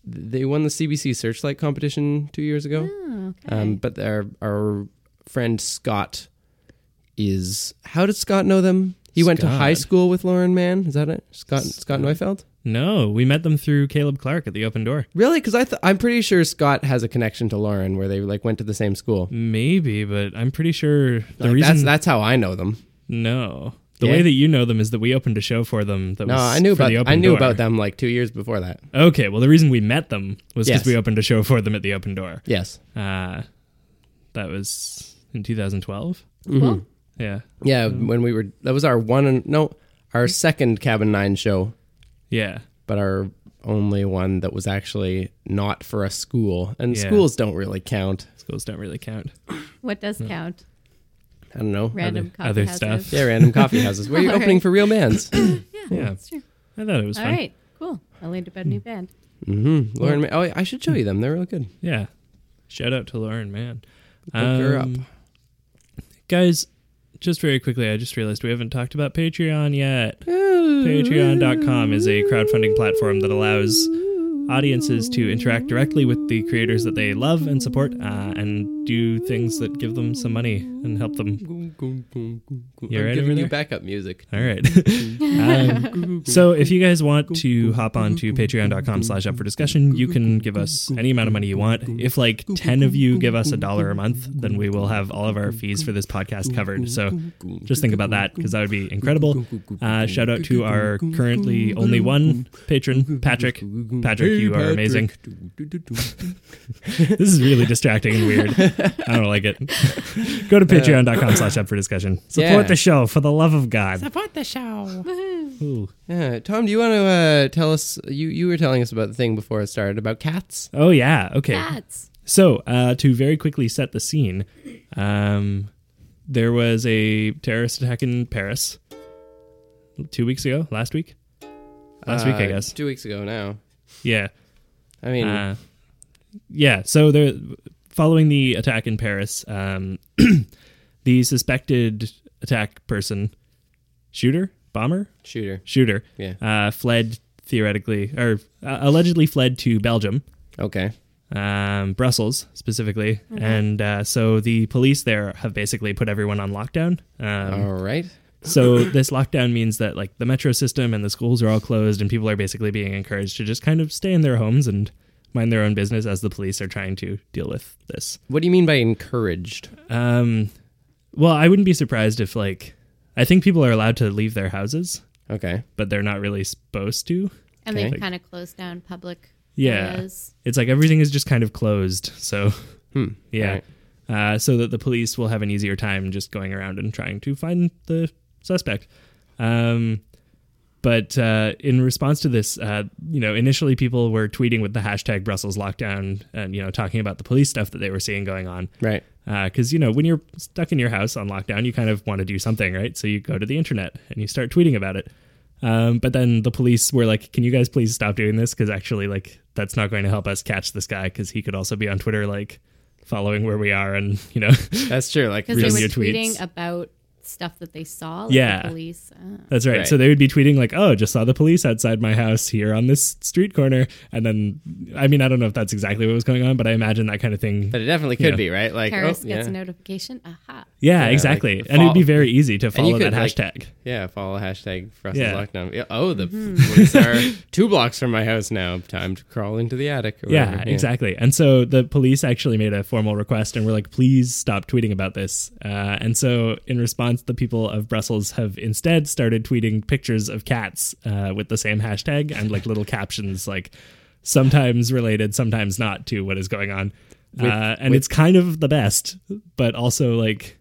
Speaker 1: they won the CBC Searchlight competition two years ago.
Speaker 2: Oh, okay.
Speaker 1: Um, but our our friend Scott is how did Scott know them? He went to high
Speaker 3: Scott.
Speaker 1: school with Lauren Mann. Is that it? Scott Scott Neufeld.
Speaker 3: No, we met them through Caleb Clark at the Open Door.
Speaker 1: Really? Because I th- I'm pretty sure Scott has a connection to Lauren, where they like went to the same school.
Speaker 3: Maybe, but I'm pretty sure the
Speaker 1: Like,
Speaker 3: reason
Speaker 1: that's that's how I know them.
Speaker 3: no. The
Speaker 1: Yeah.
Speaker 3: way that you know them is that we opened a show for them. That
Speaker 1: No,
Speaker 3: was
Speaker 1: I knew
Speaker 3: for
Speaker 1: about
Speaker 3: the open
Speaker 1: I knew
Speaker 3: door.
Speaker 1: about them like two years before that.
Speaker 3: Okay, well, the reason we met them was because
Speaker 1: Yes.
Speaker 3: we opened a show for them at the Open Door.
Speaker 1: Yes.
Speaker 3: Uh, that was in 2012.
Speaker 1: mm-hmm.
Speaker 2: Cool.
Speaker 3: Yeah,
Speaker 1: Yeah,
Speaker 3: Mm-hmm.
Speaker 1: when we were that was our one and no, our second Cabin Nine show,
Speaker 3: yeah.
Speaker 1: but our only one that was actually not for a school, and
Speaker 3: Yeah.
Speaker 1: schools don't really count.
Speaker 3: Schools don't really count.
Speaker 2: What does count?
Speaker 1: I don't know.
Speaker 2: Random
Speaker 3: Other-
Speaker 2: coffee
Speaker 3: other
Speaker 2: houses.
Speaker 3: stuff.
Speaker 1: Yeah, random coffee houses where you're
Speaker 2: All right.
Speaker 1: opening for real bands. Mm-hmm.
Speaker 2: Yeah,
Speaker 3: Yeah.
Speaker 2: that's true.
Speaker 3: I thought it was
Speaker 2: All
Speaker 3: fun.
Speaker 2: right, cool. I learned about a new band.
Speaker 1: mm-hmm. Lauren, Ma- oh, yeah, I should show you them. They're really good.
Speaker 3: Yeah. Shout out to Lauren, man. Um,
Speaker 1: her up.
Speaker 3: Guys, just very quickly, I just realized we haven't talked about Patreon yet. Patreon.com is a crowdfunding platform that allows audiences to interact directly with the creators that they love and support uh, and do things that give them some money and help them
Speaker 1: I'm
Speaker 3: right over
Speaker 1: giving you
Speaker 3: there?
Speaker 1: backup music.
Speaker 3: All right. um, so if you guys want to hop on to patreon.com slash up for discussion, you can give us any amount of money you want. If like 10 of you give us a dollar a month, then we will have all of our fees for this podcast covered. So just think about that because that would be Uh, incredible. Uh, shout out to our currently only one patron, Patrick. Patrick, you are amazing. This is really distracting and weird. I don't like it. Go to patreon.com slash up for discussion. Support
Speaker 1: Yeah.
Speaker 3: the show for the love of God.
Speaker 4: Support the show.
Speaker 3: Ooh.
Speaker 1: Yeah, Tom, do you want to uh, tell us? You you were telling us about the thing before it started about cats.
Speaker 3: Oh, yeah. Okay.
Speaker 2: Cats.
Speaker 3: So, uh, to very quickly set the scene, um, there was a terrorist attack in Paris two weeks ago, last week? Last week, I
Speaker 1: Uh,
Speaker 3: guess.
Speaker 1: Two weeks ago now.
Speaker 3: Yeah.
Speaker 1: I mean,
Speaker 3: Uh, yeah. So there, following the attack in Paris, um, the suspected attack person, shooter, bomber,
Speaker 1: shooter.
Speaker 3: shooter,
Speaker 1: Yeah.
Speaker 3: uh, fled theoretically or uh, allegedly fled to Belgium,
Speaker 1: Okay.
Speaker 3: um, Brussels specifically, and uh, so the police there have basically put everyone on lockdown. Um,
Speaker 1: All right.
Speaker 3: so this lockdown means that like the metro system and the schools are all closed and people are basically being encouraged to just kind of stay in their homes and mind their own business as the police are trying to deal with this
Speaker 1: What do you mean by encouraged?
Speaker 3: um well i wouldn't be surprised if like i think people are allowed to leave their houses
Speaker 1: Okay.
Speaker 3: but they're not really supposed to
Speaker 2: And
Speaker 1: Okay.
Speaker 2: they kind of closed down public
Speaker 3: Yeah.
Speaker 2: areas.
Speaker 3: it's like everything is just kind of closed so
Speaker 1: Hmm.
Speaker 3: yeah
Speaker 1: Right.
Speaker 3: uh, so that the police will have an easier time just going around and trying to find the suspect um, but uh, in response to this uh, you know initially people were tweeting with the hashtag brussels lockdown and you know talking about the police stuff that they were seeing going on
Speaker 1: Right.
Speaker 3: because Uh, you know when you're stuck in your house on lockdown you kind of want to do something right so you go to the internet and you start tweeting about it um, but then the police were like can you guys please stop doing this because actually like that's not going to help us catch this guy because he could also be on twitter like following where we are and you know
Speaker 1: That's true. Like,
Speaker 2: Because they
Speaker 3: Reading
Speaker 2: were
Speaker 3: your
Speaker 2: tweeting
Speaker 3: tweets.
Speaker 2: about stuff that they saw. Like
Speaker 3: Yeah.
Speaker 2: The police. Uh,
Speaker 3: that's right.
Speaker 1: Right.
Speaker 3: so they would be tweeting like oh just saw the police outside my house here on this street corner and then i mean i don't know if that's exactly what was going on but i imagine that kind of thing
Speaker 1: but it definitely could
Speaker 3: Yeah.
Speaker 1: be right. Like, oh,
Speaker 2: terrorist gets
Speaker 1: yeah.
Speaker 2: a notification. Aha.
Speaker 3: yeah,
Speaker 1: like,
Speaker 3: exactly and it'd be
Speaker 1: follow-
Speaker 3: very easy to follow
Speaker 1: could,
Speaker 3: that
Speaker 1: like,
Speaker 3: hashtag
Speaker 1: yeah. Follow hashtag Frosted
Speaker 3: Yeah.
Speaker 1: Lockdown. Yeah, Oh, the
Speaker 2: Mm-hmm.
Speaker 1: police are two blocks from my house now. Time to crawl into the attic. Or
Speaker 3: Yeah,
Speaker 1: whatever.
Speaker 3: exactly. And so the police actually made a formal request and were like, please stop tweeting about this. Uh, and so, in response, the people of Brussels have instead started tweeting pictures of cats uh, with the same hashtag and like little captions, like sometimes related, sometimes not to what is going on. uh, and it's kind of the best, but also like.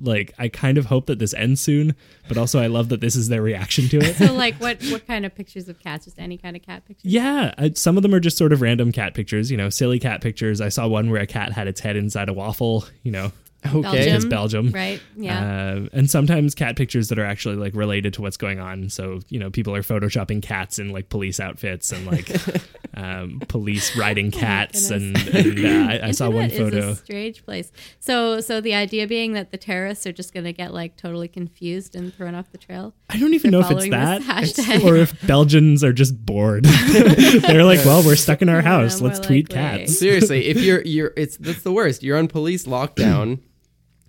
Speaker 3: Like I kind of hope that this ends soon, but also I love that this is their reaction to it.
Speaker 2: So like, what what kind of pictures of cats? Just any kind of cat pictures?
Speaker 3: Yeah, I, some of them are just sort of random cat pictures, you know, silly cat pictures. I saw one where a cat had its head inside a waffle, you know,
Speaker 1: Okay.
Speaker 3: Belgium. It's Belgium.
Speaker 2: Right. Yeah.
Speaker 3: Uh, and sometimes cat pictures that are actually like related to what's going on. So you know, people are photoshopping cats in like police outfits and like um, police riding
Speaker 2: Oh
Speaker 3: cats. and and uh, I, I saw one
Speaker 2: Internet
Speaker 3: photo.
Speaker 2: Is a strange place. So, so the idea being that the terrorists are just going to get like totally confused and thrown off the trail.
Speaker 3: I don't even
Speaker 2: They're
Speaker 3: know if it's
Speaker 2: following
Speaker 3: that
Speaker 2: this hashtag.
Speaker 3: or if Belgians are just bored. They're like, well, we're stuck in our house.
Speaker 2: more
Speaker 3: Let's tweet
Speaker 2: likely.
Speaker 3: cats.
Speaker 1: Seriously, if you're you're it's that's the worst. You're on police lockdown.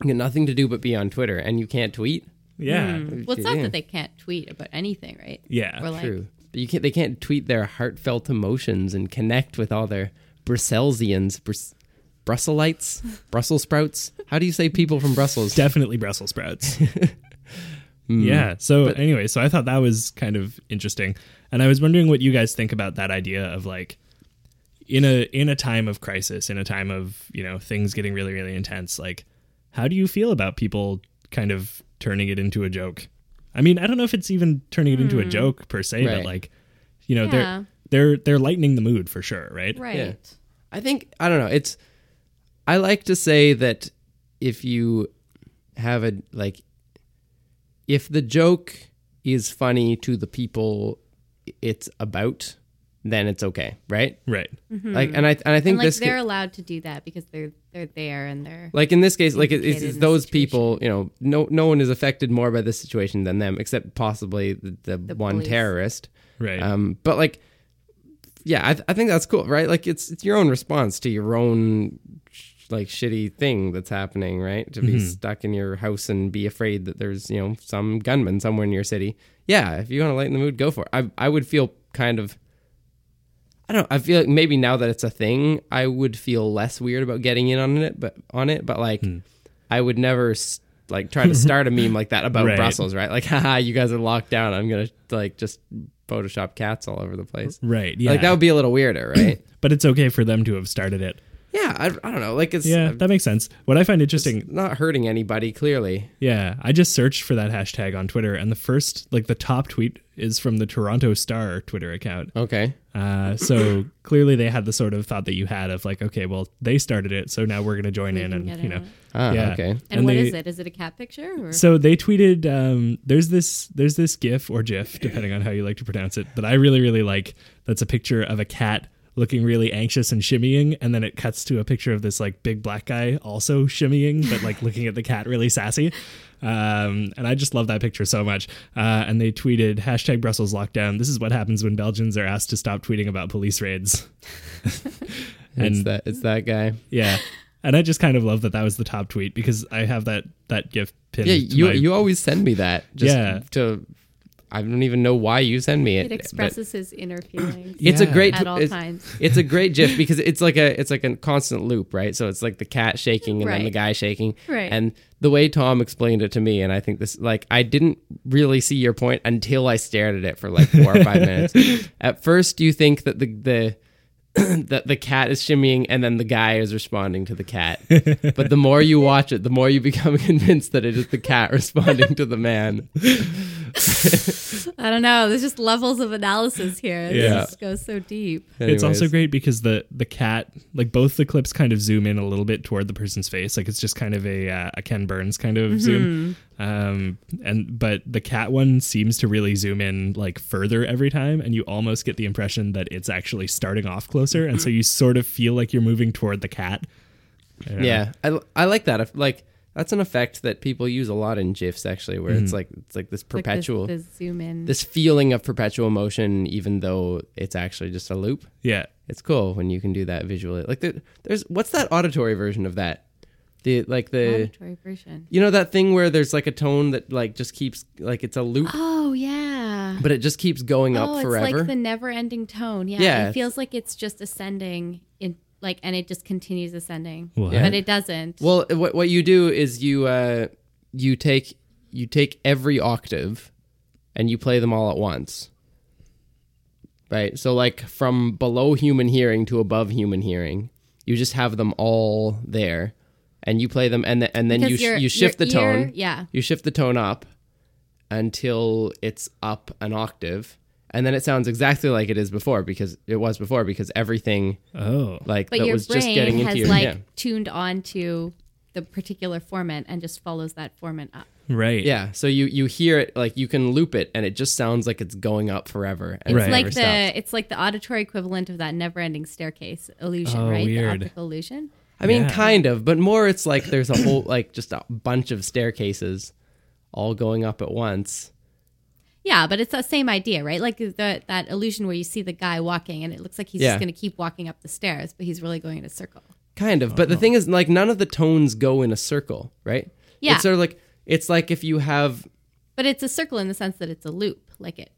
Speaker 1: You got nothing to do but be on Twitter, and you can't tweet.
Speaker 3: Yeah.
Speaker 2: Well, it's not
Speaker 1: Yeah.
Speaker 2: that they can't tweet about anything, right?
Speaker 3: Yeah,
Speaker 2: Or like,
Speaker 1: True. But you can't. They can't tweet their heartfelt emotions and connect with all their Brusselsians, Brus- Brusselites, Brussels sprouts. How do you say people from Brussels? Hmm.
Speaker 3: definitely Brussels sprouts. yeah. So anyway, so I thought that was kind of interesting, and I was wondering what you guys think about that idea of like in a in a time of crisis, in a time of you know things getting really really intense. Like, how do you feel about people kind of turning it into a joke? I mean, I don't know if it's even turning it into a joke per se, but
Speaker 1: Right.
Speaker 3: like, you know,
Speaker 2: Yeah.
Speaker 3: they're they're they're lightening the mood for sure, right?
Speaker 2: right.
Speaker 1: Yeah. I think I don't know. It's I like to say that if you have a like if the joke is funny to the people it's about, then it's okay, right?
Speaker 3: Right.
Speaker 1: Like and I and I think
Speaker 2: Mm-hmm. And like
Speaker 1: this could-
Speaker 2: they're allowed to do that because they're they're there and they're
Speaker 1: like in this case like it- it's,
Speaker 2: implicated
Speaker 1: it's
Speaker 2: in the
Speaker 1: those people you know no no one is affected more by this situation than them except possibly the, the, one
Speaker 2: police.
Speaker 1: terrorist
Speaker 3: Right.
Speaker 1: um but like yeah I, th- I think that's cool right like it's it's your own response to your own sh- like shitty thing that's happening right to
Speaker 3: Mm-hmm.
Speaker 1: be stuck in your house and be afraid that there's you know some gunman somewhere in your city yeah if you want to lighten the mood go for it i i would feel kind of I don't. I feel like maybe now that it's a thing, I would feel less weird about getting in on it. But on it, but like,
Speaker 3: Hmm.
Speaker 1: I would never s- like try to start a meme like that about
Speaker 3: Right.
Speaker 1: Brussels, right? Like, haha, you guys are locked down. I'm gonna like just Photoshop cats all over the place.
Speaker 3: Right. Yeah.
Speaker 1: Like that would be a little weirder, right?
Speaker 3: but it's okay for them to have started it.
Speaker 1: yeah, I, I don't know. Like it's
Speaker 3: Yeah, that makes sense. What I find interesting,
Speaker 1: not hurting anybody clearly.
Speaker 3: yeah, I just searched for that hashtag on Twitter, and the first, like, the top tweet is from the Toronto Star Twitter account.
Speaker 1: Okay.
Speaker 3: Uh, so clearly, they had the sort of thought that you had of like, okay, well, they started it, so now we're going to join in,
Speaker 2: can
Speaker 3: and
Speaker 2: get
Speaker 3: you know,
Speaker 2: on it.
Speaker 1: Ah,
Speaker 3: yeah.
Speaker 1: okay.
Speaker 2: And what
Speaker 3: they-
Speaker 2: is it? Is it a cat picture? Or?
Speaker 3: So they tweeted, um, "There's this, there's this GIF or GIF, depending on how you like to pronounce it, that I really, really like. That's a picture of a cat looking really anxious and shimmying, and then it cuts to a picture of this like big black guy also shimmying, but like looking at the cat really sassy. Um, and I just love that picture so much. Uh, and they tweeted hashtag Brussels lockdown. This is what happens when Belgians are asked to stop tweeting about police raids.
Speaker 1: it's that it's that guy.
Speaker 3: Yeah." And I just kind of love that that was the top tweet because I have that that GIF pinned.
Speaker 1: Yeah,
Speaker 3: to
Speaker 1: you
Speaker 3: my-
Speaker 1: you always send me that. Just
Speaker 3: Yeah.
Speaker 1: To I don't even know why you send me it.
Speaker 2: it
Speaker 1: but
Speaker 2: expresses his inner feelings
Speaker 1: It's a
Speaker 3: Yeah.
Speaker 1: great
Speaker 2: at all
Speaker 1: it's,
Speaker 2: times.
Speaker 1: it's a great gif because it's like a it's like a constant loop, right? So it's like the cat shaking and then the
Speaker 2: Right.
Speaker 1: guy shaking.
Speaker 2: Right.
Speaker 1: And the way Tom explained it to me, and I think this like I didn't really see your point until I stared at it for like four or five minutes. At first you think that the the that the cat is shimmying and then the guy is responding to the cat. but the more you watch it, the more you become convinced that it is the cat responding to the man.
Speaker 2: I don't know. There's just levels of analysis here. This
Speaker 1: Yeah.
Speaker 2: just goes so deep.
Speaker 3: It's also
Speaker 1: Anyways.
Speaker 3: great because the the cat, like both the clips, kind of zoom in a little bit toward the person's face. Like it's just kind of a uh, a Ken Burns kind
Speaker 1: Mm-hmm.
Speaker 3: of zoom. Um, and but the cat one seems to really zoom in like further every time, and you almost get the impression that it's actually starting off closer, and so you sort of feel like you're moving toward the cat.
Speaker 1: Yeah, I, I like that. If- Like that's an effect that people use a lot in GIFs actually, where it's like it's like this
Speaker 2: Like
Speaker 1: perpetual, this,
Speaker 2: this, this zoom in.
Speaker 1: feeling of perpetual motion, even though it's actually just a loop.
Speaker 3: Yeah.
Speaker 1: It's cool when you can do that visually. Like there, there's what's that auditory version of that? The like the
Speaker 2: auditory version.
Speaker 1: you know that thing where there's like a tone that like just keeps like it's a loop,
Speaker 2: Oh yeah.
Speaker 1: but it just keeps going
Speaker 2: oh,
Speaker 1: up
Speaker 2: it's
Speaker 1: forever.
Speaker 2: like the never-ending tone. Yeah,
Speaker 1: Yeah,
Speaker 2: it feels like it's just ascending in like, and it just continues ascending,
Speaker 3: What?
Speaker 2: but it doesn't.
Speaker 1: Well, what what you do is you uh, you take you take every octave, and you play them all at once. Right. So like from below human hearing to above human hearing, you just have them all there, and you play them, and th- and then you
Speaker 2: Because
Speaker 1: sh-
Speaker 2: your-
Speaker 1: you shift
Speaker 2: your
Speaker 1: the
Speaker 2: ear-
Speaker 1: tone.
Speaker 2: Yeah,
Speaker 1: You shift the tone up until it's up an octave, and then it sounds exactly like it is before because it was before because everything
Speaker 3: Oh.
Speaker 1: like
Speaker 2: but
Speaker 1: that
Speaker 2: your
Speaker 1: was
Speaker 2: brain
Speaker 1: just getting into
Speaker 2: has
Speaker 1: your
Speaker 2: like
Speaker 1: yeah.
Speaker 2: tuned on to the particular formant and just follows that formant up.
Speaker 3: Right.
Speaker 1: Yeah, so you you hear it like you can loop it, and it just sounds like it's going up forever. And
Speaker 3: Right.
Speaker 1: it
Speaker 2: It's
Speaker 1: never
Speaker 2: like the
Speaker 1: stops.
Speaker 2: it's like the auditory equivalent of that never-ending staircase illusion,
Speaker 3: Oh,
Speaker 2: right?
Speaker 3: weird.
Speaker 2: The optical illusion.
Speaker 1: I mean,
Speaker 3: Yeah.
Speaker 1: kind of, but more it's like there's a whole like just a bunch of staircases, all going up at once.
Speaker 2: Yeah, but it's the same idea, right? Like the, that illusion where you see the guy walking and it looks like he's
Speaker 1: Yeah.
Speaker 2: just going to keep walking up the stairs, but he's really going in a circle.
Speaker 1: Kind of,
Speaker 3: Uh-huh.
Speaker 1: but the thing is, like none of the tones go in a circle, right?
Speaker 2: Yeah.
Speaker 1: it's sort of like it's like if you have
Speaker 2: But it's a circle in the sense that it's a loop, like it.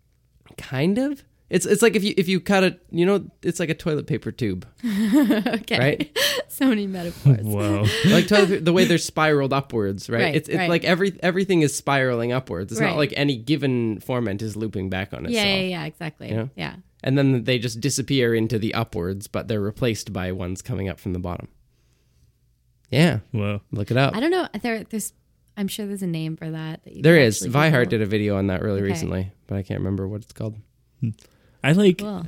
Speaker 1: kind of. It's it's like if you if you cut it, you know, it's like a toilet paper tube,
Speaker 2: Okay.
Speaker 1: right?
Speaker 2: So many metaphors.
Speaker 3: Whoa.
Speaker 1: like totally the way they're spiraled upwards, right?
Speaker 2: Right,
Speaker 1: it's it's
Speaker 2: right.
Speaker 1: like every everything is spiraling upwards. It's not
Speaker 2: Right.
Speaker 1: like any given formant is looping back on itself.
Speaker 2: yeah, yeah, yeah, exactly.
Speaker 1: Yeah.
Speaker 2: Yeah.
Speaker 1: And then they just disappear into the upwards, but they're replaced by ones coming up from the bottom. Yeah,
Speaker 3: Whoa.
Speaker 1: look it up.
Speaker 2: I don't know. There, there's, I'm sure there's a name for that. that you
Speaker 1: There
Speaker 2: can
Speaker 1: is.
Speaker 2: actually
Speaker 1: Vihart
Speaker 2: Google.
Speaker 1: did a video on that really
Speaker 2: Okay.
Speaker 1: recently, but I can't remember what it's called.
Speaker 3: I like.
Speaker 2: Cool.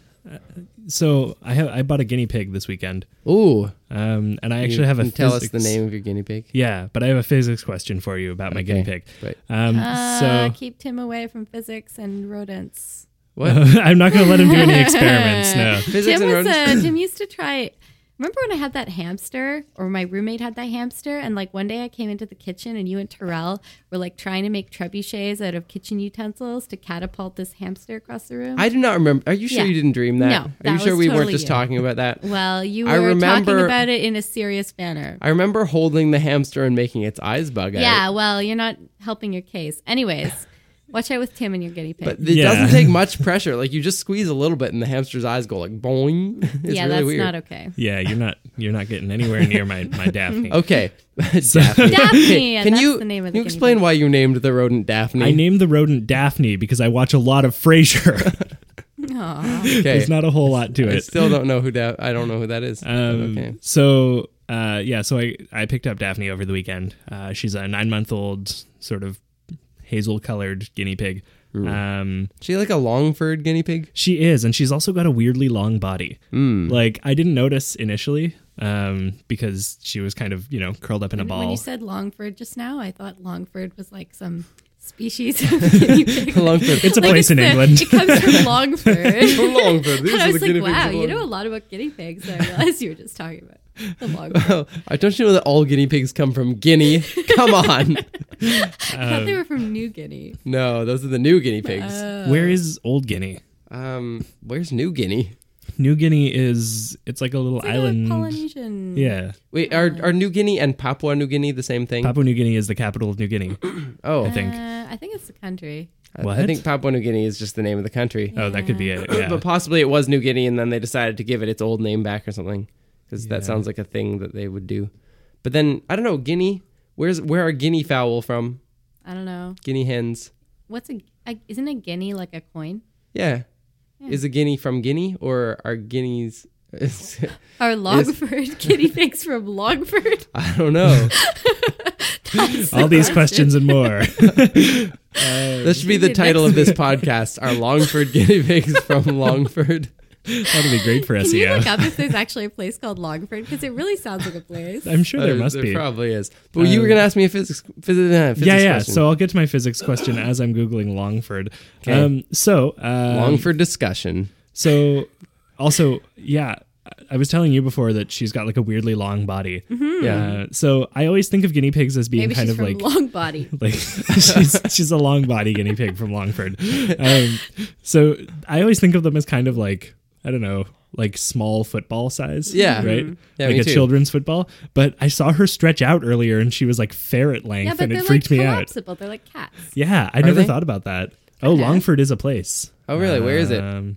Speaker 3: So I have. I bought a guinea pig this weekend.
Speaker 1: Ooh,
Speaker 3: Um, and I
Speaker 1: you
Speaker 3: actually have a
Speaker 1: can tell us
Speaker 3: physics-
Speaker 1: the name of your guinea pig.
Speaker 3: Yeah, but I have a physics question for you about my guinea
Speaker 1: Okay,
Speaker 3: pig.
Speaker 1: but-
Speaker 3: Um,
Speaker 2: Uh,
Speaker 3: so
Speaker 2: keep Tim away from physics and rodents.
Speaker 3: I'm not going to let him do any experiments. No.
Speaker 1: Physics
Speaker 2: Tim
Speaker 1: and
Speaker 2: was
Speaker 1: rodents.
Speaker 2: a, Tim used to try. Remember when I had that hamster, or my roommate had that hamster, and like one day I came into the kitchen and you and Terrell were like trying to make trebuchets out of kitchen utensils to catapult this hamster across the room.
Speaker 1: I do not remember. Are you sure
Speaker 2: Yeah.
Speaker 1: you didn't dream that?
Speaker 2: No,
Speaker 1: Are you
Speaker 2: that
Speaker 1: sure
Speaker 2: was
Speaker 1: we weren't
Speaker 2: totally
Speaker 1: just
Speaker 2: you.
Speaker 1: talking about that?
Speaker 2: well, you were
Speaker 1: I
Speaker 2: talking
Speaker 1: remember-
Speaker 2: about it in a serious manner.
Speaker 1: I remember holding the hamster and making its eyes bug out.
Speaker 2: Yeah, well, you're not helping your case. Anyways, Watch out with Tim and your guinea pig.
Speaker 1: But it
Speaker 3: Yeah.
Speaker 1: doesn't take much pressure. Like you just squeeze a little bit, and the hamster's eyes go like boing. It's
Speaker 2: yeah,
Speaker 1: really
Speaker 2: that's
Speaker 1: weird.
Speaker 2: not okay.
Speaker 3: Yeah, you're not you're not getting anywhere near my my Daphne.
Speaker 1: okay. Daphne.
Speaker 2: Daphne, and
Speaker 1: Can
Speaker 2: that's
Speaker 1: you
Speaker 2: the name
Speaker 1: can you
Speaker 2: of the guinea
Speaker 1: explain
Speaker 2: pig.
Speaker 1: why you named the rodent Daphne?
Speaker 3: I named the rodent Daphne because I watch a lot of Frasier.
Speaker 2: Aw.
Speaker 1: okay.
Speaker 3: There's not a whole lot to
Speaker 1: I
Speaker 3: it.
Speaker 1: still don't know who da- I don't know who that is. but
Speaker 3: Um,
Speaker 1: okay.
Speaker 3: So uh, yeah, so I I picked up Daphne over the weekend. Uh, she's a nine month old sort of hazel colored guinea pig. Um,
Speaker 1: She like a long-furred guinea pig.
Speaker 3: she is, and she's also got a weirdly long body.
Speaker 1: Hmm.
Speaker 3: Like I didn't notice initially um, because she was kind of you know curled up in a
Speaker 2: When you
Speaker 3: ball.
Speaker 2: said Longford just now, I thought Longford was like some species of guinea pig.
Speaker 1: Long-furred.
Speaker 3: It's a
Speaker 2: Like,
Speaker 3: place in
Speaker 2: the-
Speaker 3: England.
Speaker 2: It comes from Longford.
Speaker 1: From Longford. These
Speaker 2: and
Speaker 1: are
Speaker 2: I
Speaker 1: the
Speaker 2: was like,
Speaker 1: guinea pigs
Speaker 2: wow,
Speaker 1: of
Speaker 2: you know a
Speaker 1: Longford.
Speaker 2: lot about guinea pigs. I realized you were just talking about the Longford.
Speaker 1: Oh, I don't you know that all guinea pigs come from Guinea. Come on.
Speaker 2: I thought they
Speaker 3: Uh,
Speaker 2: were from New Guinea.
Speaker 1: No, those are the new guinea pigs.
Speaker 2: Uh,
Speaker 3: Where is Old Guinea?
Speaker 1: Um, where's New Guinea?
Speaker 3: New Guinea is it's like a little
Speaker 2: Like a
Speaker 3: island.
Speaker 2: Polynesian.
Speaker 3: Yeah,
Speaker 1: Wait, are
Speaker 3: Um,
Speaker 1: are New Guinea and Papua New Guinea the same thing?
Speaker 3: Papua New Guinea is the capital of New Guinea.
Speaker 1: oh,
Speaker 3: I think.
Speaker 2: Uh, I think it's the country.
Speaker 1: I- I,
Speaker 3: Eh, What?
Speaker 1: think Papua New Guinea is just the name of the country.
Speaker 3: Oh, that could be it. Yeah.
Speaker 1: But possibly it was New Guinea, and then they decided to give it its old name back or something, because
Speaker 3: Yeah.
Speaker 1: that sounds like a thing that they would do. But then I don't know Guinea. Where's where are guinea fowl from?
Speaker 2: I don't know.
Speaker 1: Guinea hens.
Speaker 2: What's a, a isn't a guinea like a coin?
Speaker 1: Yeah. Is a guinea from Guinea or are guineas?
Speaker 2: Are Longford guinea pigs from Longford?
Speaker 1: I don't know.
Speaker 3: All these questions and more.
Speaker 1: This should be the
Speaker 2: Next
Speaker 1: title of this podcast. Are Longford guinea pigs from Longford?
Speaker 3: That'd be great for E
Speaker 2: Can you
Speaker 3: SEO.
Speaker 2: look up if there's actually a place called Longford? Because it really sounds like a place.
Speaker 3: I'm sure there must
Speaker 1: Uh, there
Speaker 3: be. Um,
Speaker 1: probably is. But you were going to ask me a physics, physics, uh, physics
Speaker 3: yeah, yeah.
Speaker 1: question.
Speaker 3: So I'll get to my physics question as I'm googling Longford.
Speaker 1: Okay.
Speaker 3: Um, so uh,
Speaker 1: Longford discussion.
Speaker 3: So also, yeah. I- I was telling you before that she's got like a weirdly long body.
Speaker 1: Yeah.
Speaker 3: Uh, so I always think of guinea pigs as
Speaker 2: Mm-hmm.
Speaker 3: being
Speaker 2: Maybe
Speaker 3: kind
Speaker 2: she's
Speaker 3: of
Speaker 2: from
Speaker 3: like
Speaker 2: Longbody.
Speaker 3: like she's she's a long body guinea pig from Longford. Um, so I always think of them as kind of like I don't know, like small football size.
Speaker 1: Yeah.
Speaker 3: right.
Speaker 1: Mhm. Yeah,
Speaker 3: like
Speaker 1: me
Speaker 3: a
Speaker 1: too.
Speaker 3: children's football. But I saw her stretch out earlier, and she was like ferret length,
Speaker 2: Yeah, but
Speaker 3: and
Speaker 2: they're
Speaker 3: it
Speaker 2: like
Speaker 3: freaked me out.
Speaker 2: collapsible. They're like cats.
Speaker 3: Yeah, I never
Speaker 1: they?
Speaker 3: thought about that. Oh, Longford is a place.
Speaker 1: Oh, really? Where is it?
Speaker 3: Um,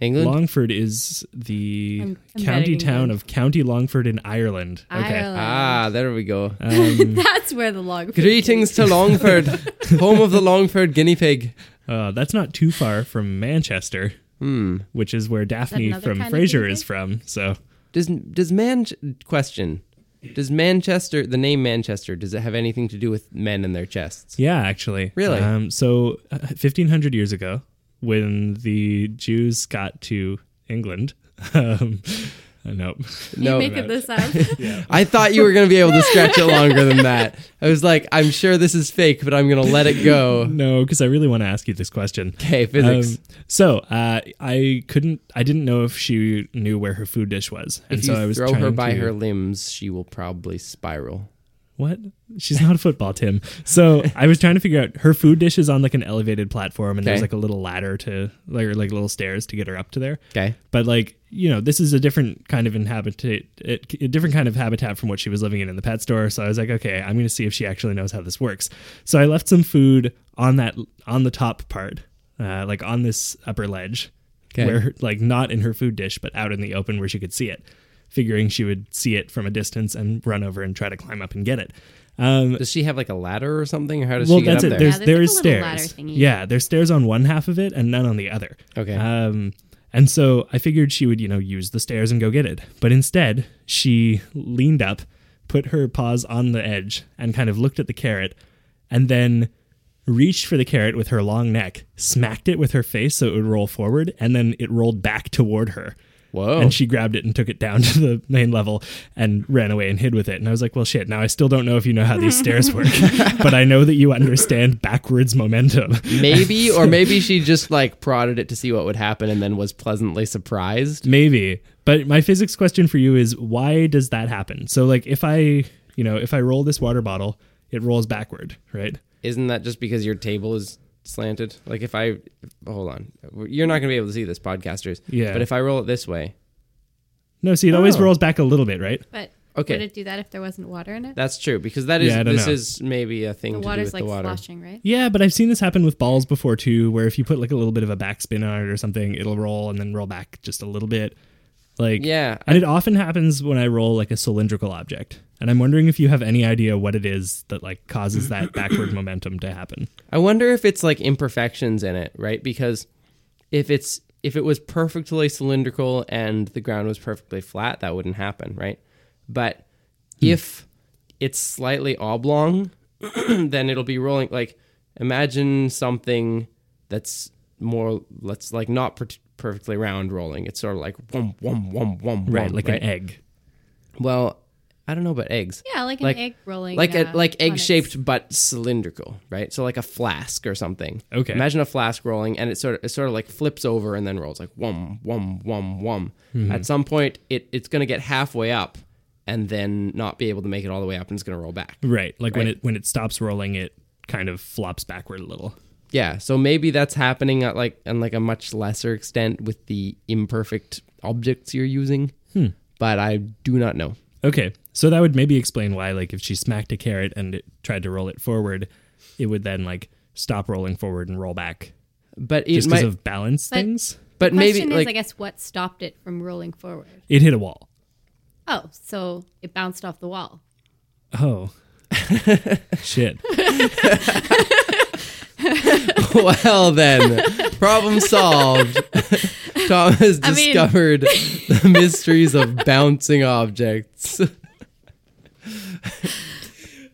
Speaker 1: England?
Speaker 3: Longford is the
Speaker 2: I'm- I'm
Speaker 3: county
Speaker 2: betting
Speaker 3: town
Speaker 2: England.
Speaker 3: of County Longford in Ireland. Okay.
Speaker 2: Ireland.
Speaker 1: ah, there we go.
Speaker 3: Uh,
Speaker 2: That's where the Longford.
Speaker 1: Greetings to Longford, home of the Longford guinea pig.
Speaker 3: Uh, that's not too far from Manchester,
Speaker 1: Hmm.
Speaker 3: which is where Daphne
Speaker 2: another
Speaker 3: from
Speaker 2: kind of
Speaker 3: Frasier
Speaker 2: guinea
Speaker 3: is
Speaker 2: pig?
Speaker 3: from. So
Speaker 1: Does does man question? Does Manchester the name Manchester does it have anything to do with men and their chests?
Speaker 3: yeah, actually,
Speaker 1: Really?
Speaker 3: Um, so uh, 1500 years ago, when the Jews got to England, um, uh, nope.
Speaker 2: You're
Speaker 1: No,
Speaker 2: making this up.
Speaker 1: I thought you were going to be able to stretch it longer than that. I was like, I'm sure this is fake, but I'm going to let it go.
Speaker 3: No, because I really want to ask you this question.
Speaker 1: Okay, physics.
Speaker 3: Um, so uh, I couldn't. I didn't know if she knew where her food dish was, and
Speaker 1: if
Speaker 3: so
Speaker 1: you
Speaker 3: I was
Speaker 1: throw
Speaker 3: trying
Speaker 1: her by
Speaker 3: to,
Speaker 1: her limbs, she will probably spiral.
Speaker 3: What? She's not a football, Tim. So I was trying to figure out her food dish is on like an elevated platform, and there's
Speaker 1: Okay.
Speaker 3: like a little ladder to like or like little stairs to get her up to there.
Speaker 1: Okay.
Speaker 3: But like you know, this is a different kind of inhabitat, it- a different kind of habitat from what she was living in in the pet store. So I was like, okay, I'm going to see if she actually knows how this works. So I left some food on that on the top part, uh, like on this upper ledge,
Speaker 1: Okay.
Speaker 3: where like not in her food dish, but out in the open where she could see it, figuring she would see it from a distance and run over and try to climb up and get it. Um,
Speaker 1: Does she have like a ladder or something? Or how does
Speaker 3: well,
Speaker 1: she get
Speaker 3: that's
Speaker 1: up there?
Speaker 3: it. There's,
Speaker 2: Yeah,
Speaker 3: there is
Speaker 2: there's like a little ladder
Speaker 3: stairs.
Speaker 2: thingy.
Speaker 3: Yeah, there's stairs on one half of it and none on the other.
Speaker 1: Okay.
Speaker 3: Um, and so I figured she would, you know, use the stairs and go get it. But instead, she leaned up, put her paws on the edge, and kind of looked at the carrot, and then reached for the carrot with her long neck, smacked it with her face so it would roll forward, and then it rolled back toward her.
Speaker 1: Whoa.
Speaker 3: And she grabbed it and took it down to the main level and ran away and hid with it. And I was like, well, shit, now I still don't know if you know how these stairs work, but I know that you understand backwards momentum.
Speaker 1: maybe, or maybe she just like prodded it to see what would happen and then was pleasantly surprised.
Speaker 3: Maybe. But my physics question for you is why does that happen? So, like, if I, you know, if I roll this water bottle, it rolls backward, right?
Speaker 1: Isn't that just because your table is slanted? Like if I hold on, you're not going to be able to see this, podcasters.
Speaker 3: Yeah.
Speaker 1: But if I roll it this way,
Speaker 3: No, see, it always
Speaker 1: Oh.
Speaker 3: rolls back a little bit, right?
Speaker 2: But Would
Speaker 1: Okay,
Speaker 2: it do that if there wasn't water in it?
Speaker 1: that's true because that is
Speaker 3: Yeah, I don't
Speaker 1: this
Speaker 3: know.
Speaker 1: is maybe a thing
Speaker 2: the
Speaker 1: to do
Speaker 2: water's
Speaker 1: with
Speaker 2: like
Speaker 1: the water.
Speaker 2: sloshing, right?
Speaker 3: Yeah, but I've seen this happen with balls before too, where if you put like a little bit of a backspin on it or something, it'll roll and then roll back just a little bit. Like
Speaker 1: Yeah,
Speaker 3: and it often happens when I roll like a cylindrical object. And I'm wondering if you have any idea what it is that like causes that backward momentum to happen.
Speaker 1: I wonder if it's like imperfections in it, right? Because if it's if it was perfectly cylindrical and the ground was perfectly flat, that wouldn't happen, right? But
Speaker 3: Hmm.
Speaker 1: if it's slightly oblong, then it'll be rolling like imagine something that's more let's like not per- perfectly round rolling. It's sort of like wom wom wom wom
Speaker 3: Right,
Speaker 1: wom,
Speaker 3: like
Speaker 1: right?
Speaker 3: an egg.
Speaker 1: Well, I don't know about eggs
Speaker 2: Yeah, like an
Speaker 1: Like-
Speaker 2: egg rolling.
Speaker 1: like a
Speaker 2: uh,
Speaker 1: like
Speaker 2: on its-
Speaker 1: egg shaped but cylindrical, right? So like a flask or something.
Speaker 3: Okay.
Speaker 1: Imagine a flask rolling, and it sort of it sort of like flips over and then rolls like wum wum wum wum.
Speaker 3: Hmm.
Speaker 1: At some point, it it's gonna get halfway up, and then not be able to make it all the way up, and it's gonna roll back.
Speaker 3: Right. Like when
Speaker 1: Right.
Speaker 3: it when it stops rolling it kind of flops backward a little.
Speaker 1: Yeah. So maybe that's happening at like on like a much lesser extent with the imperfect objects you're using,
Speaker 3: Hmm.
Speaker 1: but I do not know.
Speaker 3: Okay. So that would maybe explain why, like, if she smacked a carrot and it tried to roll it forward, it would then, like, stop rolling forward and roll back
Speaker 1: But it
Speaker 3: just because
Speaker 1: might.
Speaker 3: of balance
Speaker 2: But-
Speaker 3: things.
Speaker 1: but maybe
Speaker 2: Question is,
Speaker 1: like
Speaker 2: I guess, what stopped it from rolling forward?
Speaker 3: It hit a wall.
Speaker 2: Oh, so it bounced off the wall.
Speaker 3: Oh. Shit.
Speaker 1: Well then, problem solved. Tom has
Speaker 2: I mean-
Speaker 1: discovered the mysteries of bouncing objects.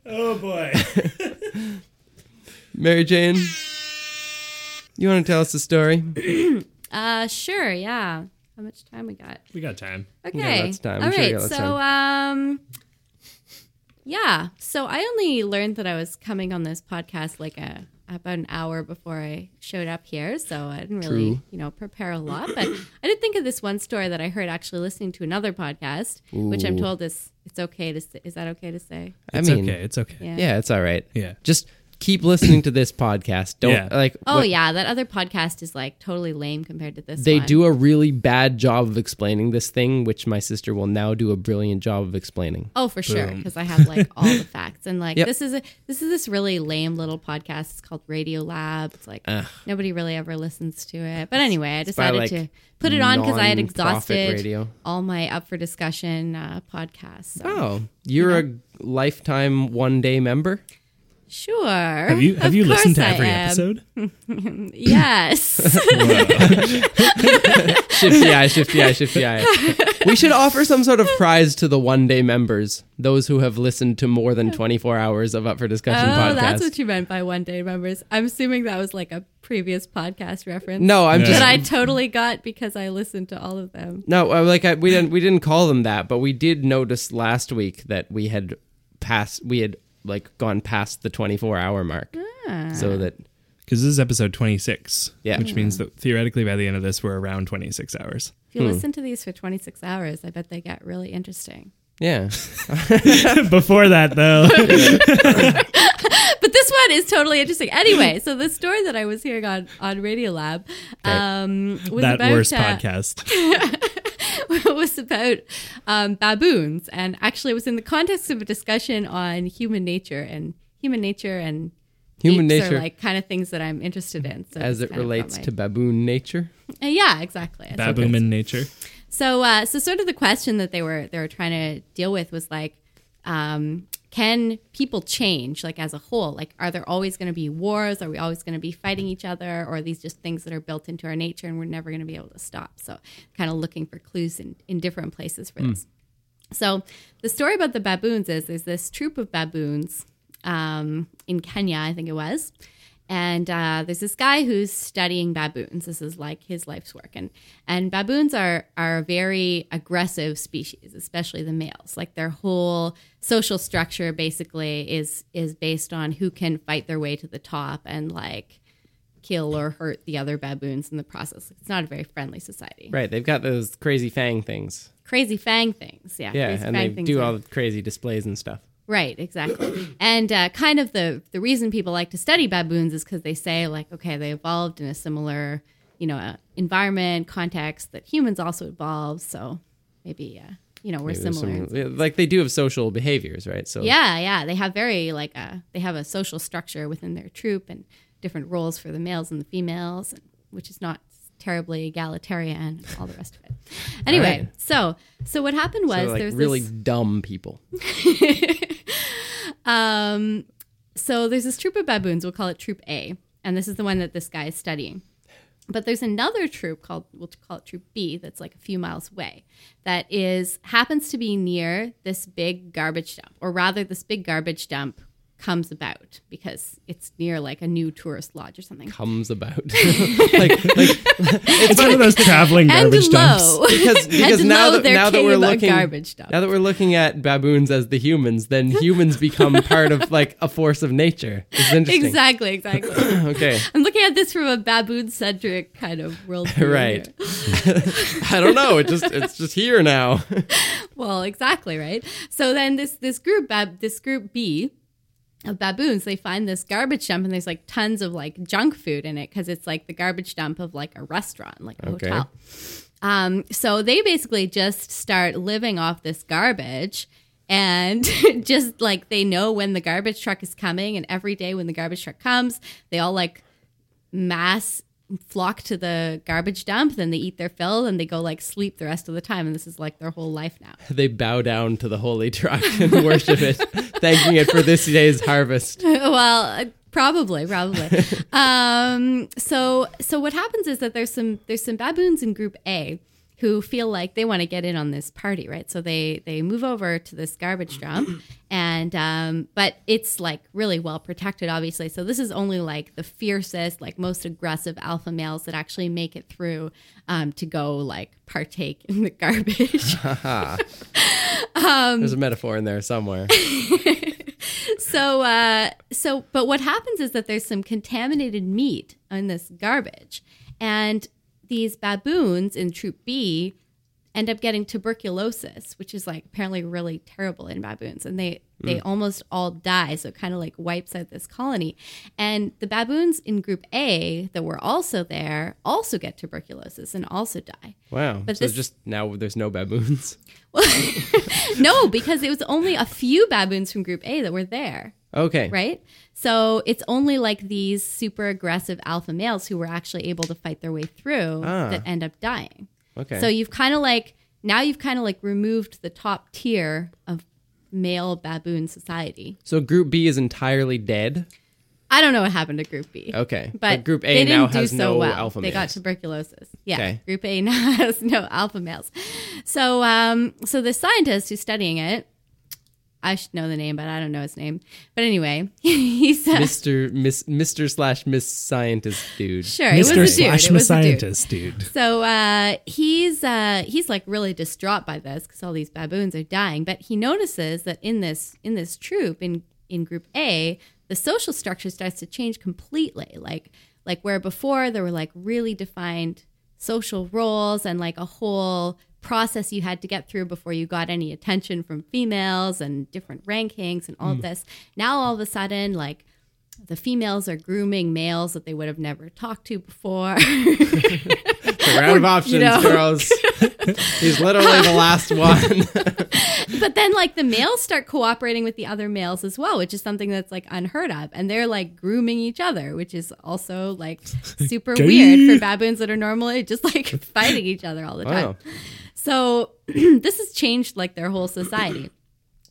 Speaker 3: Oh, boy.
Speaker 1: Mary Jane, you want to tell us the story?
Speaker 2: Uh, sure. Yeah. How much time we got?
Speaker 3: We got time.
Speaker 2: Okay.
Speaker 1: lots of time.
Speaker 2: All
Speaker 1: I'm sure we
Speaker 2: right.
Speaker 1: got lots of
Speaker 2: so, um, yeah. So I only learned that I was coming on this podcast like a about an hour before I showed up here, so I didn't really,
Speaker 1: True.
Speaker 2: you know, prepare a lot. But I did think of this one story that I heard actually listening to another podcast, which I'm
Speaker 1: Ooh.
Speaker 2: told is it's okay to say, is that okay to say?
Speaker 3: It's
Speaker 1: I mean,
Speaker 3: okay. It's okay.
Speaker 2: Yeah.
Speaker 1: yeah, it's all right.
Speaker 3: Yeah.
Speaker 1: Just keep listening to this podcast. Don't
Speaker 3: Yeah.
Speaker 1: like.
Speaker 2: Oh
Speaker 1: what-
Speaker 2: yeah, that other podcast is like totally lame compared to this.
Speaker 1: They
Speaker 2: one.
Speaker 1: do a really bad job of explaining this thing, which my sister will now do a brilliant job of explaining.
Speaker 2: Oh, for sure,
Speaker 3: Boom.
Speaker 2: because I have like all the facts and like
Speaker 1: Yep.
Speaker 2: this is a this is this really lame little podcast. It's called Radio Lab. It's like nobody really ever listens to it. But anyway, I
Speaker 1: by,
Speaker 2: decided
Speaker 1: like,
Speaker 2: to put it on because I had
Speaker 1: nonprofit
Speaker 2: exhausted
Speaker 1: radio.
Speaker 2: all my up for discussion uh, podcasts. So.
Speaker 1: Oh, you're a lifetime one day member.
Speaker 2: Sure.
Speaker 3: Have you have
Speaker 2: Of
Speaker 3: you listened to
Speaker 2: course I
Speaker 3: every
Speaker 2: am.
Speaker 3: episode?
Speaker 2: Yes.
Speaker 1: Shifty eye, shifty eye, shifty eye. We should offer some sort of prize to the one day members, those who have listened to more than 24 hours of Up for Discussion
Speaker 2: oh,
Speaker 1: podcast.
Speaker 2: that's what you meant by one day members. I'm assuming that was like a previous podcast reference.
Speaker 1: no, I'm
Speaker 3: Yeah.
Speaker 1: just.
Speaker 2: That I totally got because I listened to all of them.
Speaker 1: no, I- like I, we didn't we didn't call them that, but we did notice last week that we had passed we had like gone past the 24 hour mark.
Speaker 2: Ah.
Speaker 1: So that
Speaker 3: Because this is episode 26.
Speaker 1: Yeah.
Speaker 3: Which means that theoretically by the end of this, we're around 26 hours.
Speaker 2: If you
Speaker 1: Hmm.
Speaker 2: listen to these for 26 hours, I bet they get really interesting.
Speaker 1: yeah.
Speaker 3: Before that, though.
Speaker 2: But this one is totally interesting. Anyway, so the story that I was hearing on, on Radio Lab um, was,
Speaker 3: that
Speaker 2: about,
Speaker 3: worst
Speaker 2: uh,
Speaker 3: podcast.
Speaker 2: was about um, baboons. And actually, it was in the context of a discussion on human nature and human nature and
Speaker 1: Human
Speaker 2: apes
Speaker 1: nature
Speaker 2: are like kind of things that I'm interested in. So
Speaker 1: as
Speaker 2: it's
Speaker 1: it
Speaker 2: kind of brought
Speaker 1: relates
Speaker 2: my-
Speaker 1: to baboon nature.
Speaker 2: Uh, yeah, exactly. I
Speaker 3: Baboon in nature.
Speaker 2: So, uh, so sort of the question that they were they were trying to deal with was like, um, can people change like as a whole? Like, are there always going to be wars? Are we always going to be fighting each other? Or are these just things that are built into our nature and we're never going to be able to stop? So, kind of looking for clues in, in different places for this. So the story about the baboons is there's this troop of baboons um, in Kenya, I think it was. And uh, there's this guy who's studying baboons. This is like his life's work, and and baboons are are a very aggressive species, especially the males. Like their whole social structure basically is is based on who can fight their way to the top and like kill or hurt the other baboons in the process. It's not a very friendly society.
Speaker 1: Right, they've got those crazy fang things.
Speaker 2: Crazy fang things, yeah.
Speaker 1: Yeah,
Speaker 2: crazy
Speaker 1: and
Speaker 2: fang
Speaker 1: they
Speaker 2: things
Speaker 1: do
Speaker 2: are-
Speaker 1: all the crazy displays and stuff.
Speaker 2: Right, exactly. and uh, kind of the the reason people like to study baboons is because they say like, okay, they evolved in a similar, you know, uh, environment context that humans also evolved. So maybe uh, you know, we're
Speaker 1: Maybe there's
Speaker 2: similar.
Speaker 1: some- yeah, like they do have social behaviors, right? So
Speaker 2: Yeah, yeah. They have very like uh they have a social structure within their troop and different roles for the males and the females, and- which is not terribly egalitarian and all the rest of it. Anyway,
Speaker 1: Right.
Speaker 2: so so what happened was
Speaker 1: they're like
Speaker 2: there's
Speaker 1: really
Speaker 2: this
Speaker 1: dumb people.
Speaker 2: so there's this troop of baboons, we'll call it troop A, and this is the one that this guy is studying. But there's another troop called we'll call it troop B that's like a few miles away that is happens to be near this big garbage dump or rather this big garbage dump comes about because it's near like a new tourist lodge or something.
Speaker 1: Comes about like, like
Speaker 3: It's one of those traveling
Speaker 2: And
Speaker 3: garbage dumps.
Speaker 2: low.
Speaker 1: because because
Speaker 2: and
Speaker 1: now
Speaker 2: low,
Speaker 1: that
Speaker 2: they're
Speaker 1: now that
Speaker 2: king
Speaker 1: we're
Speaker 2: about
Speaker 1: looking
Speaker 2: garbage dump.
Speaker 1: now that we're looking at baboons as the humans, then humans become part of like a force of nature. It's interesting.
Speaker 2: Exactly, exactly.
Speaker 1: Okay,
Speaker 2: I'm looking at this from a baboon centric kind of worldview.
Speaker 1: right.
Speaker 2: here.
Speaker 1: I don't know. It just it's just here now.
Speaker 2: Well, exactly right. So then this this group bab- this group B of baboons, they find this garbage dump and there's like tons of like junk food in it because it's like the garbage dump of like a restaurant, like a
Speaker 1: Okay.
Speaker 2: hotel. Um, so they basically just start living off this garbage and just like they know when the garbage truck is coming and every day when the garbage truck comes, they all like mass flock to the garbage dump, then they eat their fill and they go like sleep the rest of the time and this is like their whole life now.
Speaker 1: They bow down to the holy truck and worship it, thanking it for this day's harvest.
Speaker 2: well, uh, probably, probably. um, so, so what happens is that there's some there's some baboons in Group A who feel like they want to get in on this party, right? So they they move over to this garbage dump, and um, but it's like really well protected, obviously. So this is only like the fiercest, like most aggressive alpha males that actually make it through um, to go like partake in the garbage. Um,
Speaker 1: There's a metaphor in there somewhere.
Speaker 2: so uh so but what happens is that there's some contaminated meat in this garbage and these baboons in troop b end up getting tuberculosis which is like apparently really terrible in baboons and they they almost all die so it kind of like wipes out this colony and the baboons in group a that were also there also get tuberculosis and also die
Speaker 1: Wow.
Speaker 2: But
Speaker 1: so
Speaker 2: this-
Speaker 1: just now there's no baboons.
Speaker 2: no because it was only a few baboons from group a that were there
Speaker 1: Okay.
Speaker 2: right? So it's only like these super aggressive alpha males who were actually able to fight their way through
Speaker 1: Ah.
Speaker 2: that end up dying.
Speaker 1: Okay.
Speaker 2: So you've kind of like now you've kind of like removed the top tier of male baboon society.
Speaker 1: so group B is entirely dead.
Speaker 2: I don't know what happened to Group B.
Speaker 1: Okay.
Speaker 2: But,
Speaker 1: Oh, But Group A
Speaker 2: they didn't
Speaker 1: now
Speaker 2: do
Speaker 1: has
Speaker 2: so
Speaker 1: no
Speaker 2: well.
Speaker 1: alpha
Speaker 2: They got
Speaker 1: males.
Speaker 2: tuberculosis. Yeah.
Speaker 1: Okay.
Speaker 2: Group A now has no alpha males. So um so the scientist who's studying it, I should know the name, but I don't know his name. But anyway, he said
Speaker 1: Mr. Miss Mr. slash Miss Scientist dude.
Speaker 2: Sure, it
Speaker 3: Mr.
Speaker 2: was a dude.
Speaker 3: Slash
Speaker 2: it was a dude.
Speaker 3: Scientist, dude.
Speaker 2: So uh, he's uh, he's like really distraught by this because all these baboons are dying. But he notices that in this in this troop in in group A, the social structure starts to change completely. Like like where before there were like really defined social roles and like a whole process you had to get through before you got any attention from females and different rankings and all of this. Now all of a sudden, like the females are grooming males that they would have never talked to before.
Speaker 1: The round of options,
Speaker 2: know.
Speaker 1: girls. He's literally the last one.
Speaker 2: but then like the males start cooperating with the other males as well which is something that's like unheard of and they're like grooming each other which is also like super
Speaker 3: Gay.
Speaker 2: weird for baboons that are normally just like fighting each other all the time
Speaker 1: Wow.
Speaker 2: so this has changed like their whole society.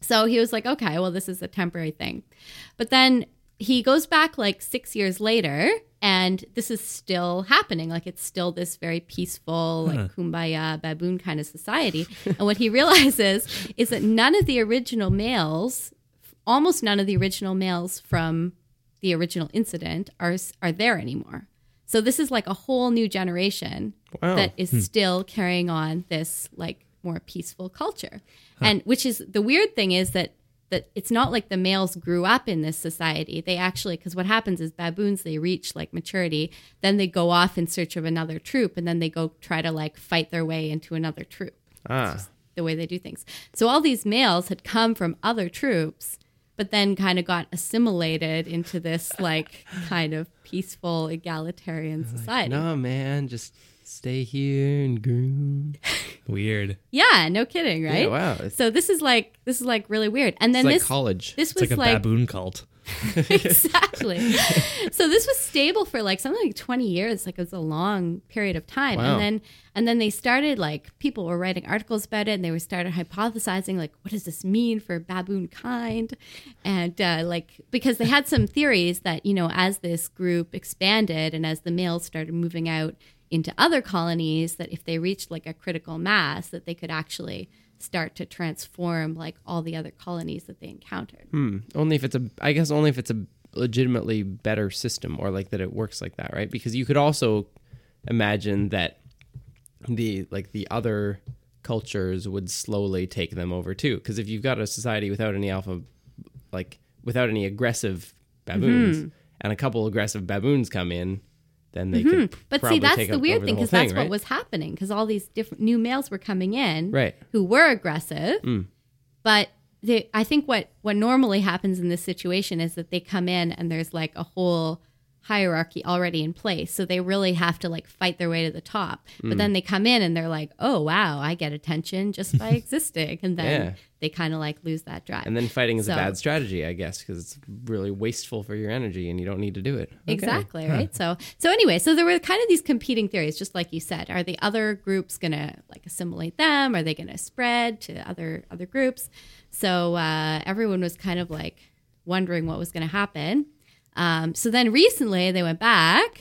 Speaker 2: So he was like, okay, well, this is a temporary thing. But then he goes back like six years later, and this is still happening. Like it's still this very peaceful, like kumbaya baboon kind of society. and what he realizes is that none of the original males, almost none of the original males from the original incident, are are there anymore. So this is like a whole new generation
Speaker 1: Wow.
Speaker 2: that is still carrying on this like more peaceful culture. And which is the weird thing is that that it's not like the males grew up in this society. They actually cuz what happens is baboons they reach like maturity, then they go off in search of another troop and then they go try to like fight their way into another troop.
Speaker 1: Ah.
Speaker 2: The way they do things. So all these males had come from other troops but then kind of got assimilated into this like kind of peaceful egalitarian society.
Speaker 1: No man, just stay here and groom.
Speaker 3: Weird.
Speaker 2: Yeah, no kidding, right?
Speaker 1: Yeah, wow. It's,
Speaker 2: So this is like this is like really weird. And
Speaker 1: it's
Speaker 2: then
Speaker 1: like
Speaker 2: this
Speaker 1: college.
Speaker 2: this
Speaker 3: It's
Speaker 2: was
Speaker 3: like a baboon cult.
Speaker 2: exactly. so this was stable for like something like 20 years, like it was a long period of time.
Speaker 1: Wow.
Speaker 2: And then and then they started like people were writing articles about it and they were started hypothesizing like what does this mean for baboon kind? And uh, like because they had some theories that, you know, as this group expanded and as the males started moving out into other colonies that if they reached like a critical mass that they could actually start to transform like all the other colonies that they encountered.
Speaker 1: Hmm. Only if it's a, I guess only if it's a legitimately better system or like that it works like that, right? Because you could also imagine that the like the other cultures would slowly take them over too. Because if you've got a society without any alpha, like without any aggressive baboons,
Speaker 2: Mm-hmm.
Speaker 1: and a couple aggressive baboons come in, then they could.
Speaker 2: Mm-hmm. But
Speaker 1: probably
Speaker 2: see, that's
Speaker 1: take
Speaker 2: the
Speaker 1: up-
Speaker 2: weird
Speaker 1: over
Speaker 2: thing
Speaker 1: whole
Speaker 2: because that's
Speaker 1: right?
Speaker 2: what was happening because all these different new males were coming in
Speaker 1: Right. Mm.
Speaker 2: who were aggressive. But they, I think what, what normally happens in this situation is that they come in and there's like a whole hierarchy already in place. So they really have to like fight their way to the top.
Speaker 1: Mm.
Speaker 2: But then they come in and they're like, oh, wow, I get attention just by existing. And then
Speaker 1: Yeah.
Speaker 2: they kind of like lose that drive.
Speaker 1: And then fighting is a
Speaker 2: So-
Speaker 1: bad strategy, I guess, because it's really wasteful for your energy, and you don't need to do it. Okay.
Speaker 2: Exactly, right? So so anyway, so there were kind of these competing theories just like you said. Are the other groups going to like assimilate them? Are they going to spread to other other groups? So uh, everyone was kind of like wondering what was going to happen. Um, so then recently they went back.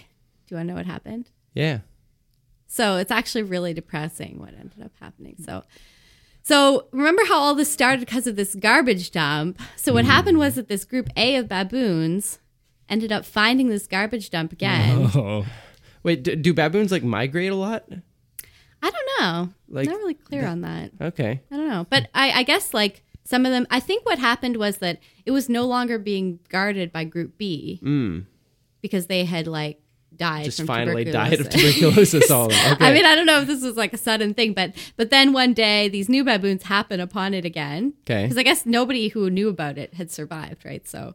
Speaker 2: Do you want to know what happened?
Speaker 1: Yeah.
Speaker 2: So it's actually really depressing what ended up happening. So so remember how all this started because of this garbage dump. So
Speaker 1: Mm.
Speaker 2: what happened was that this group A of baboons ended up finding this garbage dump again.
Speaker 3: Oh,
Speaker 1: Wait, do, do baboons like migrate a lot?
Speaker 2: I don't know.
Speaker 1: Like,
Speaker 2: Not really clear on that.
Speaker 1: Okay.
Speaker 2: I don't know. But I, I guess like some of them I think what happened was that it was no longer being guarded by group B because they had like died
Speaker 1: Mm. Just
Speaker 2: from
Speaker 1: finally died of
Speaker 2: tuberculosis.
Speaker 1: tuberculosis all of them. Okay.
Speaker 2: I mean, I don't know if this was like a sudden thing, but but then one day these new baboons happen upon it again.
Speaker 1: 'Kay.
Speaker 2: Because I guess nobody who knew about it had survived, right? So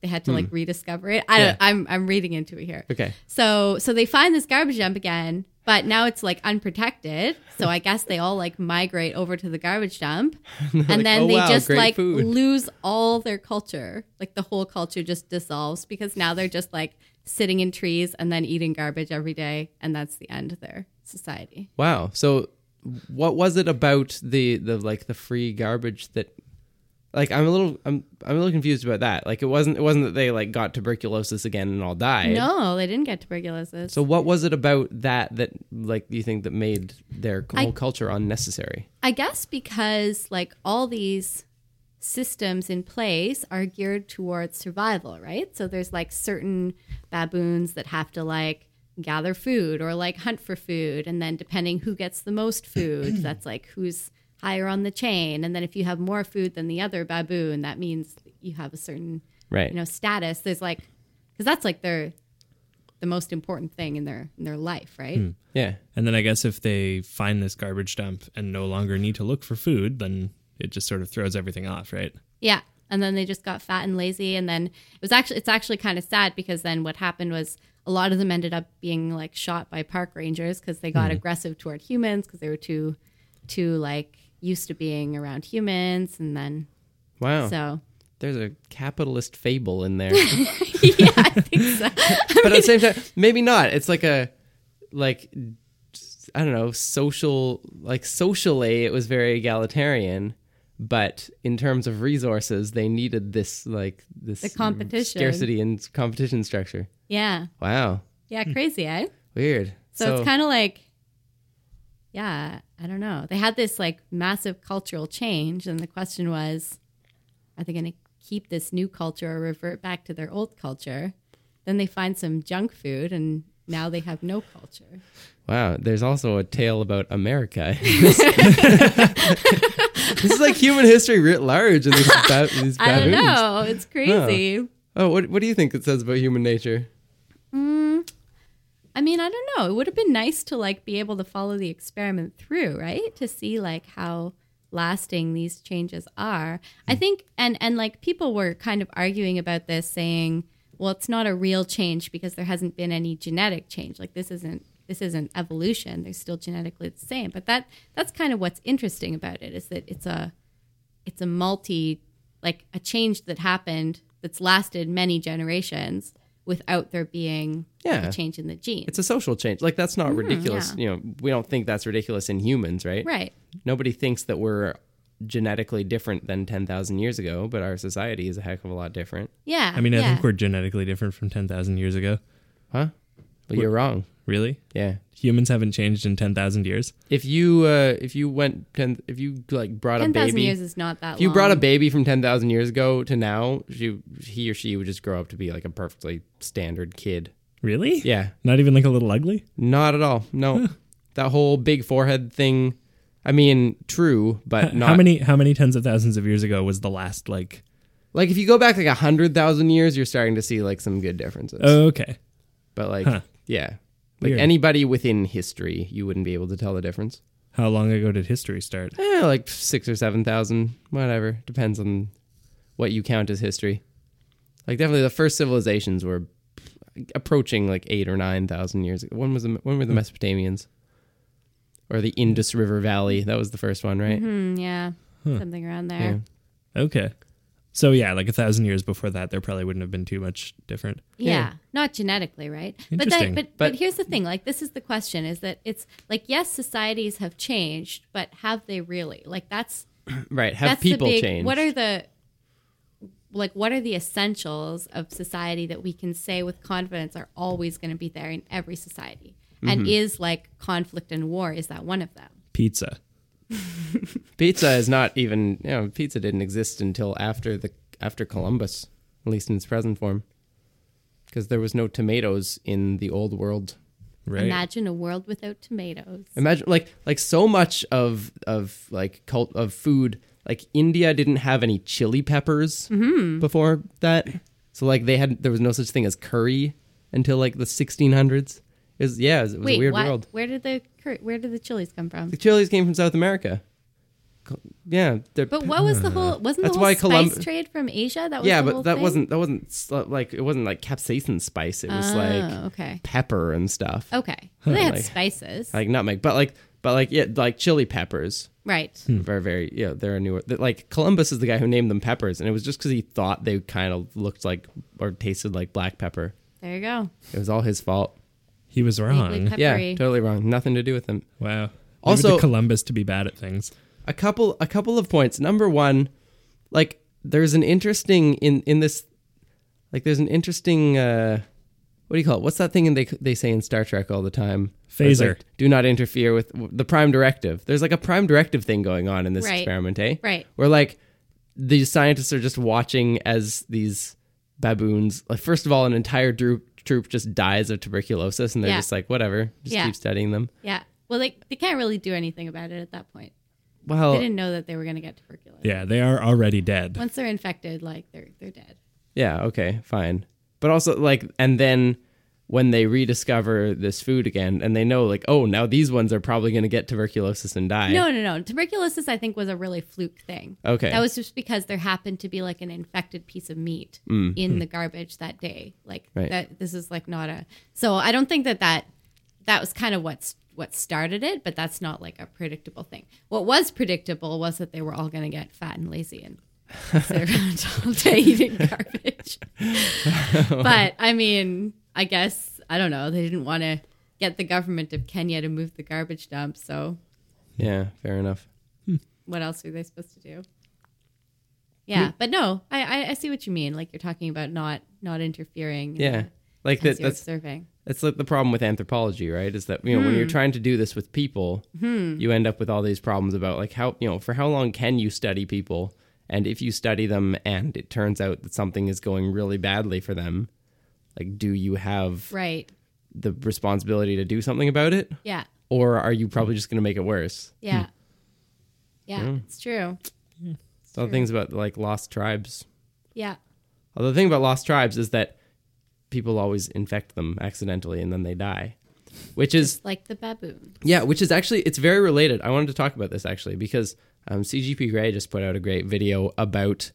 Speaker 2: they had to like rediscover it. I
Speaker 1: Hmm. Yeah.
Speaker 2: don't, I'm I'm reading into it here.
Speaker 1: okay.
Speaker 2: So so they find this garbage dump again, but now it's like unprotected. So I guess they all like migrate over to the garbage dump, and
Speaker 1: like,
Speaker 2: then
Speaker 1: "Oh,
Speaker 2: they
Speaker 1: wow,
Speaker 2: just
Speaker 1: great
Speaker 2: like
Speaker 1: food."
Speaker 2: lose all their culture. Like the whole culture just dissolves because now they're just like sitting in trees and then eating garbage every day, and that's the end of their society.
Speaker 1: Wow. So, what was it about the the like the free garbage that? Like I'm a little I'm I'm a little confused about that. Like it wasn't it wasn't that they like got tuberculosis again and all died.
Speaker 2: No, they didn't get tuberculosis.
Speaker 1: So what was it about that that like you think that made their whole culture unnecessary?
Speaker 2: I guess because like all these systems in place are geared towards survival, right? So there's like certain baboons that have to like gather food or like hunt for food and then depending who gets the most food, that's like who's higher on the chain and then if you have more food than the other baboon, that means you have a certain,
Speaker 1: Right.
Speaker 2: you know, status. There's like cuz that's like their the most important thing in their in their life, right?
Speaker 1: yeah.
Speaker 3: and then I guess if they find this garbage dump and no longer need to look for food, then it just sort of throws everything off, right?
Speaker 2: Yeah. And then they just got fat and lazy. And then it was actually, it's actually kind of sad because then what happened was a lot of them ended up being like shot by park rangers because they got aggressive toward humans because they were too, too like used to being around humans. And then,
Speaker 1: Wow.
Speaker 2: so
Speaker 1: There's a capitalist fable in there.
Speaker 2: yeah, I think so.
Speaker 1: but at the same time, maybe not. It's like a like I don't know, social like socially it was very egalitarian, but in terms of resources, they needed this like this
Speaker 2: The competition.
Speaker 1: scarcity and competition structure.
Speaker 2: Yeah.
Speaker 1: Wow,
Speaker 2: Yeah. Crazy, eh?
Speaker 1: weird.
Speaker 2: So, it's kind of like, yeah, I don't know. They had this like massive cultural change, and the question was, are they going to keep this new culture or revert back to their old culture? Then they find some junk food, and now they have no culture.
Speaker 1: wow. There's also a tale about America. this is like human history writ large, and these, ba- these
Speaker 2: I don't
Speaker 1: baboons.
Speaker 2: know. It's crazy.
Speaker 1: Oh, what what do you think it says about human nature?
Speaker 2: I mean, I don't know. It would have been nice to like be able to follow the experiment through, right? To see like how lasting these changes are. I think and and like people were kind of arguing about this saying, well, it's not a real change because there hasn't been any genetic change. Like this isn't this isn't evolution. They're still genetically the same. But that that's kind of what's interesting about it is that it's a it's a multi like a change that happened that's lasted many generations without there being
Speaker 1: Yeah.
Speaker 2: a change in the gene.
Speaker 1: It's a social change. Like that's not ridiculous.
Speaker 2: Mm, yeah.
Speaker 1: You know, we don't think that's ridiculous in humans, right?
Speaker 2: right.
Speaker 1: Nobody thinks that we're genetically different than 10,000 years ago, but our society is a heck of a lot different.
Speaker 2: Yeah.
Speaker 3: I mean, I
Speaker 2: yeah.
Speaker 3: think we're genetically different from 10,000 years ago.
Speaker 1: Huh? But you're wrong.
Speaker 3: Really?
Speaker 1: Yeah.
Speaker 3: Humans haven't changed in 10,000 years.
Speaker 1: If you uh if you went 10 if you like brought a
Speaker 2: ten thousand
Speaker 1: baby
Speaker 2: years is not that.
Speaker 1: if you brought a
Speaker 2: long.
Speaker 1: baby from 10,000 years ago to now, she, he or she would just grow up to be like a perfectly standard kid.
Speaker 3: Really?
Speaker 1: Yeah.
Speaker 3: Not even like a little ugly?
Speaker 1: Not at all. No. that whole big forehead thing. I mean, true, but Uh, not
Speaker 3: how many how many tens of thousands of years ago was the last like
Speaker 1: Like if you go back like a hundred thousand years, you're starting to see like some good differences.
Speaker 3: Oh, okay.
Speaker 1: but like,
Speaker 3: huh.
Speaker 1: yeah, like
Speaker 3: Weird.
Speaker 1: anybody within history, you wouldn't be able to tell the difference.
Speaker 3: How long ago did history start?
Speaker 1: Eh, like six or seven thousand, whatever. Depends on what you count as history. Like definitely, the first civilizations were approaching like eight or nine thousand years. ago. When was the, when were
Speaker 3: Hmm.
Speaker 1: the Mesopotamians? Or the Indus River Valley. That was the first one,
Speaker 3: Mm-hmm.
Speaker 1: right?
Speaker 2: Hmm, yeah. Something around there.
Speaker 1: Yeah.
Speaker 3: Okay. So yeah, like a thousand years before that there probably wouldn't have been too much different.
Speaker 2: Yeah. Not genetically, right? But, that,
Speaker 3: Interesting.
Speaker 2: but,
Speaker 1: But-
Speaker 2: but here's the thing like, this is the question is that it's like, yes, societies have changed, but have they really? Like, that's
Speaker 1: Right. Have
Speaker 2: that's
Speaker 1: people
Speaker 2: the big,
Speaker 1: changed?
Speaker 2: What are the like what are the essentials of society that we can say with confidence are always going to be there in every society? And
Speaker 1: Mm-hmm.
Speaker 2: is like conflict and war is that one of them?
Speaker 3: Pizza.
Speaker 1: pizza is not even you know pizza didn't exist until after the after columbus at least in its present form because there was no tomatoes in the old world
Speaker 3: Right.
Speaker 2: Imagine a world without tomatoes.
Speaker 1: imagine like like so much of of like cult of food like india didn't have any chili peppers
Speaker 2: Mm-hmm.
Speaker 1: before that so like they had there was no such thing as curry until like the 1600s is yeah it was, it was
Speaker 2: Wait,
Speaker 1: a weird
Speaker 2: what?
Speaker 1: world
Speaker 2: Where did the cur- where did the chilies come from?
Speaker 1: the chilies came from south america Co- yeah they're
Speaker 2: But what was the whole wasn't
Speaker 1: Uh, That's
Speaker 2: the whole
Speaker 1: why
Speaker 2: spice
Speaker 1: Colum-
Speaker 2: trade from Asia? That was
Speaker 1: yeah,
Speaker 2: the
Speaker 1: but
Speaker 2: whole
Speaker 1: that
Speaker 2: thing?
Speaker 1: wasn't that wasn't s- like it wasn't like capsaicin spice. It was
Speaker 2: oh,
Speaker 1: like
Speaker 2: okay Oh.
Speaker 1: pepper and stuff,
Speaker 2: okay. Well, they had
Speaker 1: Like-
Speaker 2: spices,
Speaker 1: like nutmeg. But like but like yeah, like chili peppers.
Speaker 2: right?
Speaker 1: Very very yeah, they're a newer. that like Columbus is the guy who named them peppers, and it was just because he thought they kind of looked like or tasted like black pepper.
Speaker 2: There you go.
Speaker 1: It was all his fault.
Speaker 3: He was
Speaker 2: Vaguely
Speaker 3: wrong.
Speaker 1: Yeah,
Speaker 2: peppery.
Speaker 1: totally wrong. Nothing to do with them.
Speaker 3: Wow. Leave it
Speaker 1: Also-
Speaker 3: to Columbus to be bad at things.
Speaker 1: a couple a couple of points number one like there's an interesting in in this like there's an interesting uh what do you call it what's that thing in they they say in star trek all the time Where it's
Speaker 3: Phaser.
Speaker 1: like, do not interfere with the prime directive there's like a prime directive thing going on in this
Speaker 2: Right.
Speaker 1: experiment eh
Speaker 2: Right.
Speaker 1: where like the scientists are just watching as these baboons like first of all an entire droop troop just dies of tuberculosis and they're
Speaker 2: Yeah.
Speaker 1: just like whatever just
Speaker 2: Yeah.
Speaker 1: keep studying them
Speaker 2: Yeah. Well, like they can't really do anything about it at that point.
Speaker 1: well
Speaker 2: They didn't know that they were going to get tuberculosis.
Speaker 3: Yeah, they are already dead.
Speaker 2: Once they're infected, like they're they're dead.
Speaker 1: Yeah, okay, fine. But also like and then when they rediscover this food again and they know like, oh, now these ones are probably going to get tuberculosis and die.
Speaker 2: No, no, no. Tuberculosis, I think, was a really fluke thing.
Speaker 1: Okay.
Speaker 2: That was just because there happened to be like an infected piece of meat in the garbage that day. Like
Speaker 1: Mm. Hmm. Right.
Speaker 2: that. This is like not a. So I don't think that that that was kind of what's what started it, but that's not like a predictable thing. What was predictable was that they were all going to get fat and lazy and sit around all day eating garbage. but I mean, I guess I don't know. They didn't want to get the government of Kenya to move the garbage dump, so
Speaker 1: Yeah, fair enough.
Speaker 2: what else are they supposed to do? Yeah, but no, I, I I see what you mean. Like you're talking about not not interfering. in
Speaker 1: Yeah.
Speaker 2: the-
Speaker 1: Like
Speaker 2: as
Speaker 1: that,
Speaker 2: you're
Speaker 1: that's
Speaker 2: observing.
Speaker 1: that's like the problem with anthropology, right? Is that you know when you're trying to do this with people, you end up with all these problems about like how you know for how long can you study people, and if you study them and it turns out that something is going really badly for them, like do you have
Speaker 2: Right.
Speaker 1: the responsibility to do something about it,
Speaker 2: Yeah.
Speaker 1: or are you probably just going to make it worse?
Speaker 2: Yeah. Yeah,
Speaker 1: Hmm.
Speaker 2: it's true.
Speaker 1: So the things about like lost tribes.
Speaker 2: Yeah.
Speaker 1: Although the thing about lost tribes is that people always infect them accidentally and then they die, which is
Speaker 2: Like the baboon.
Speaker 1: yeah, which is actually it's very related. I wanted to talk about this actually because um, CGP Grey just put out a great video about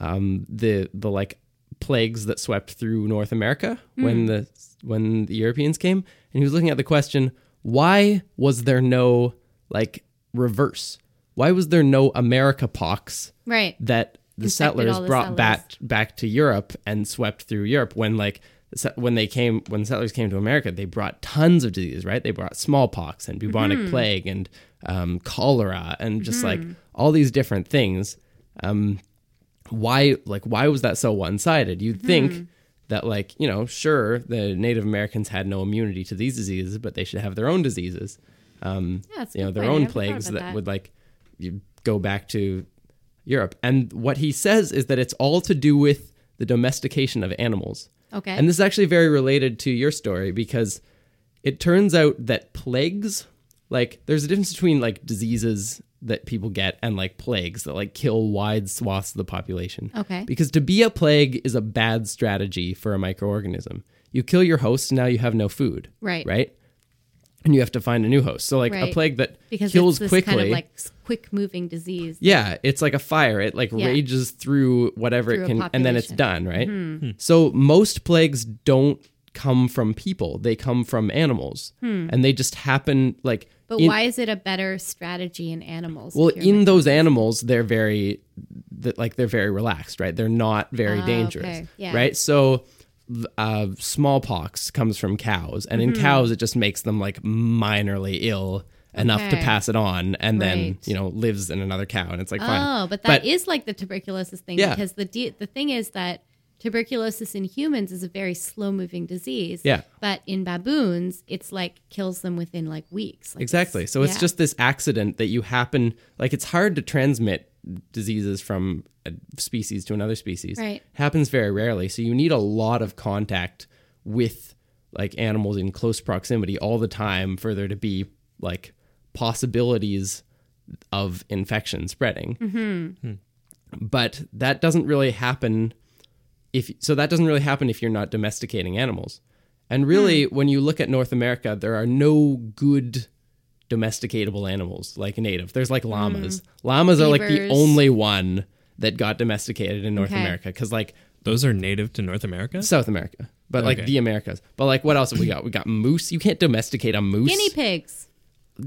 Speaker 1: um, the the like plagues that swept through North America when the when the Europeans came, and he was looking at the question: Why was there no like reverse? Why was there no America pox
Speaker 2: Right.
Speaker 1: that the
Speaker 2: Infected
Speaker 1: settlers
Speaker 2: all the
Speaker 1: brought
Speaker 2: settlers.
Speaker 1: back back to Europe and swept through Europe when like the se- when they came when the settlers came to America they brought tons of diseases right they brought smallpox and bubonic
Speaker 2: Mm-hmm.
Speaker 1: plague and um, cholera and just like all these different things um, why like why was that so one-sided
Speaker 2: Mm-hmm.
Speaker 1: you'd think that like you know sure the Native Americans had no immunity to these diseases but they should have their own diseases um,
Speaker 2: Yeah, that's a
Speaker 1: you know
Speaker 2: good
Speaker 1: their
Speaker 2: point. I
Speaker 1: own
Speaker 2: never thought
Speaker 1: plagues that,
Speaker 2: about that.
Speaker 1: would like you go back to Europe. And what he says is that it's all to do with the domestication of animals.
Speaker 2: Okay.
Speaker 1: And this is actually very related to your story because it turns out that plagues, like there's a difference between like diseases that people get and like plagues that like kill wide swaths of the population.
Speaker 2: Okay.
Speaker 1: Because to be a plague is a bad strategy for a microorganism. You kill your host, now you have no food.
Speaker 2: Right.
Speaker 1: Right? And you have to find a new host. So like
Speaker 2: Right.
Speaker 1: a plague that
Speaker 2: because
Speaker 1: kills
Speaker 2: it's this
Speaker 1: quickly.
Speaker 2: kind of like quick moving disease.
Speaker 1: Yeah, it's like a fire. It like
Speaker 2: Yeah.
Speaker 1: rages through whatever
Speaker 2: Through a
Speaker 1: it can, and then it's
Speaker 2: population. Hmm.
Speaker 1: done, right? So most plagues don't come from people; they come from animals, and they just happen like.
Speaker 2: Hmm. But
Speaker 1: in-
Speaker 2: why is it a better strategy in animals?
Speaker 1: Well,
Speaker 2: to cure
Speaker 1: in those animals, they're very, th- like they're very relaxed, right? They're not very dangerous,
Speaker 2: Oh, okay. Yeah.
Speaker 1: right? So, th- uh, smallpox comes from cows, and
Speaker 2: Mm-hmm.
Speaker 1: in cows, it just makes them like minorly ill enough to
Speaker 2: Okay.
Speaker 1: pass it on, and then
Speaker 2: Right.
Speaker 1: you know lives in another cow, and it's like fine.
Speaker 2: Oh, but that is like the tuberculosis thing
Speaker 1: Yeah.
Speaker 2: because the de- the thing is that tuberculosis in humans is a very slow moving disease.
Speaker 1: Yeah.
Speaker 2: But in baboons, it's like kills them within like weeks. Like,
Speaker 1: Exactly. So it's
Speaker 2: yeah.
Speaker 1: just this accident that you happen like it's hard to transmit diseases from a species to another species.
Speaker 2: Right.
Speaker 1: It happens very rarely. So you need a lot of contact with like animals in close proximity all the time for there to be like possibilities of infection spreading. But that doesn't really happen if so that doesn't really happen if you're not domesticating animals. And really
Speaker 2: Hmm.
Speaker 1: when you look at North America there are no good domesticatable animals like native. There's like llamas. Llamas are like the
Speaker 2: Hmm. Beavers.
Speaker 1: only one that got domesticated in North
Speaker 2: Okay.
Speaker 1: America cuz like
Speaker 3: Those are native to North America?
Speaker 1: South America, but like
Speaker 3: Okay.
Speaker 1: the Americas. But like what else have we got? We got moose. You can't domesticate a moose.
Speaker 2: guinea pigs.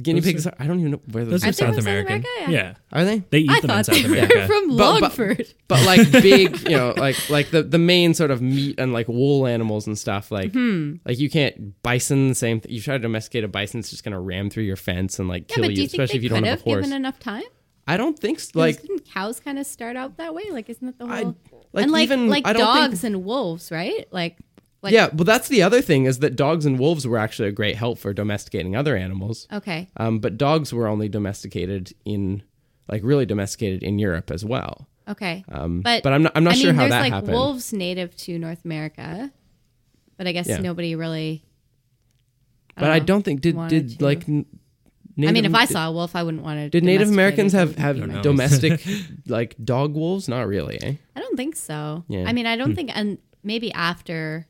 Speaker 1: Guinea pigs are, I don't even know where those
Speaker 3: Those
Speaker 1: are.
Speaker 3: are
Speaker 2: they from
Speaker 3: South
Speaker 2: South
Speaker 3: American.
Speaker 2: America?
Speaker 3: Yeah.
Speaker 1: Are they?
Speaker 3: They eat
Speaker 2: I
Speaker 3: them in
Speaker 2: thought they
Speaker 3: South
Speaker 2: were
Speaker 3: America.
Speaker 2: from
Speaker 1: But- but-
Speaker 2: Longford.
Speaker 1: but like big you know like like the, the main sort of meat and like wool animals and stuff like
Speaker 2: Hmm.
Speaker 1: like you can't bison the same thing you try to domesticate a bison it's just gonna ram through your fence and like
Speaker 2: yeah,
Speaker 1: kill
Speaker 2: but do
Speaker 1: you,
Speaker 2: you think
Speaker 1: especially
Speaker 2: they
Speaker 1: if you
Speaker 2: could
Speaker 1: don't have
Speaker 2: have
Speaker 1: a horse
Speaker 2: given enough time?
Speaker 1: i don't think s-
Speaker 2: Like
Speaker 1: like
Speaker 2: didn't cows kind of start out that way? Like isn't that the whole
Speaker 1: I- like,
Speaker 2: and like
Speaker 1: even-
Speaker 2: like
Speaker 1: I don't think-
Speaker 2: dogs and wolves, right? Like like
Speaker 1: yeah well that's the other thing is that dogs and wolves were actually a great help for domesticating other animals
Speaker 2: okay.
Speaker 1: um, but dogs were only domesticated in like really domesticated in europe as well
Speaker 2: Okay. but
Speaker 1: Um, but i'm not, I'm not
Speaker 2: I
Speaker 1: sure
Speaker 2: mean,
Speaker 1: how
Speaker 2: there's
Speaker 1: that
Speaker 2: like
Speaker 1: happened
Speaker 2: wolves native to North America, but I guess
Speaker 1: Yeah.
Speaker 2: nobody really.
Speaker 1: but
Speaker 2: Uh-huh.
Speaker 1: i don't think did
Speaker 2: wanted
Speaker 1: did
Speaker 2: to.
Speaker 1: like n-
Speaker 2: I mean,
Speaker 1: Native-
Speaker 2: if I saw a wolf, I wouldn't want to.
Speaker 1: Did Native
Speaker 2: domesticate
Speaker 1: Americans
Speaker 2: it.
Speaker 1: have, have
Speaker 3: know.
Speaker 1: domestic like dog wolves? Not really, eh?
Speaker 2: I don't think so.
Speaker 1: Yeah. Hmm.
Speaker 2: I mean, I don't think, and maybe after,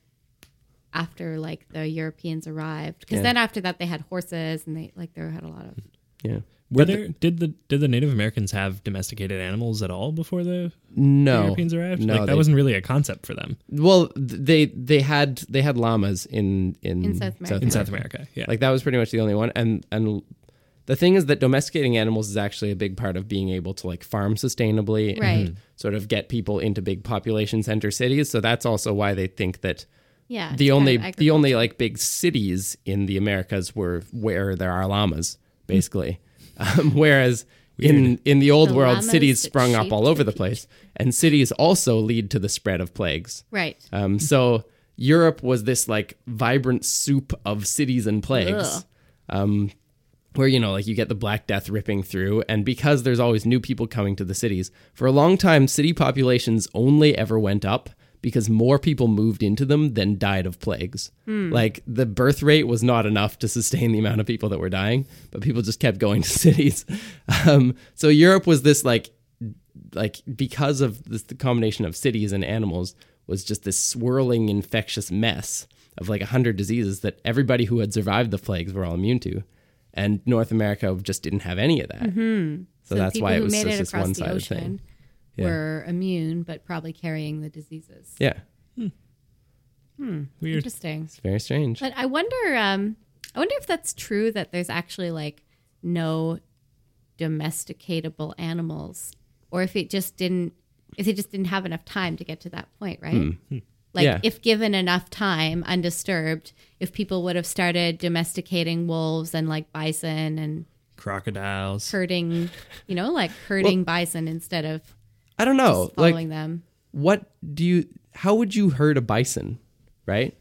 Speaker 2: after like the Europeans arrived, because
Speaker 1: Yeah.
Speaker 2: then after that they had horses and they like there had a lot of.
Speaker 1: Yeah.
Speaker 3: Were there, did the did the Native Americans have domesticated animals at all before the
Speaker 1: No.
Speaker 3: Europeans arrived?
Speaker 1: No,
Speaker 3: like that
Speaker 1: they-
Speaker 3: wasn't really a concept for them
Speaker 1: Well, th- they they had they had llamas in in,
Speaker 2: In South America.
Speaker 3: in South America. Yeah.
Speaker 1: Like that was pretty much the only one. And and the thing is that domesticating animals is actually a big part of being able to like farm sustainably
Speaker 2: Right.
Speaker 1: and sort of get people into big population center cities. So that's also why they think that
Speaker 2: Yeah. it's
Speaker 1: the
Speaker 2: kind
Speaker 1: only
Speaker 2: of
Speaker 1: the
Speaker 2: agriculture.
Speaker 1: only like big cities in the Americas were where there are llamas, basically. um, whereas in in the old
Speaker 2: The
Speaker 1: world,
Speaker 2: llamas
Speaker 1: cities
Speaker 2: that
Speaker 1: sprung up
Speaker 2: shaped
Speaker 1: all over the
Speaker 2: the
Speaker 1: place, and cities also lead to the spread of plagues.
Speaker 2: right.
Speaker 1: Um, so Europe was this like vibrant soup of cities and plagues.
Speaker 2: Ugh.
Speaker 1: Um, where you know, like you get the Black Death ripping through, and because there's always new people coming to the cities, for a long time, city populations only ever went up because more people moved into them than died of plagues. Like the birth rate was not enough to sustain the amount of people that were dying, but people just kept going to cities. Um, so Europe was this like like because of this the combination of cities and animals was just this swirling infectious mess of like 100 diseases that everybody who had survived the plagues were all immune to and north america just didn't have any of that so,
Speaker 2: the
Speaker 1: that's
Speaker 2: Mm-hmm. people
Speaker 1: why it
Speaker 2: who
Speaker 1: was
Speaker 2: made
Speaker 1: such
Speaker 2: it
Speaker 1: this
Speaker 2: across the
Speaker 1: one-sided
Speaker 2: ocean
Speaker 1: thing
Speaker 2: Were immune, but probably carrying the diseases.
Speaker 1: yeah
Speaker 3: Weird.
Speaker 2: Interesting.
Speaker 1: It's very strange.
Speaker 2: But I wonder, um, I wonder if that's true that there's actually like no domesticatable animals, or if it just didn't, if they just didn't have enough time to get to that point, right? Like
Speaker 1: Hmm. Yeah.
Speaker 2: if given enough time, undisturbed, if people would have started domesticating wolves and like bison and
Speaker 3: Crocodiles.
Speaker 2: herding, you know, like herding bison instead of
Speaker 1: I don't know.
Speaker 2: following
Speaker 1: Oh, Like,
Speaker 2: them.
Speaker 1: what do you? How would you herd a bison, right?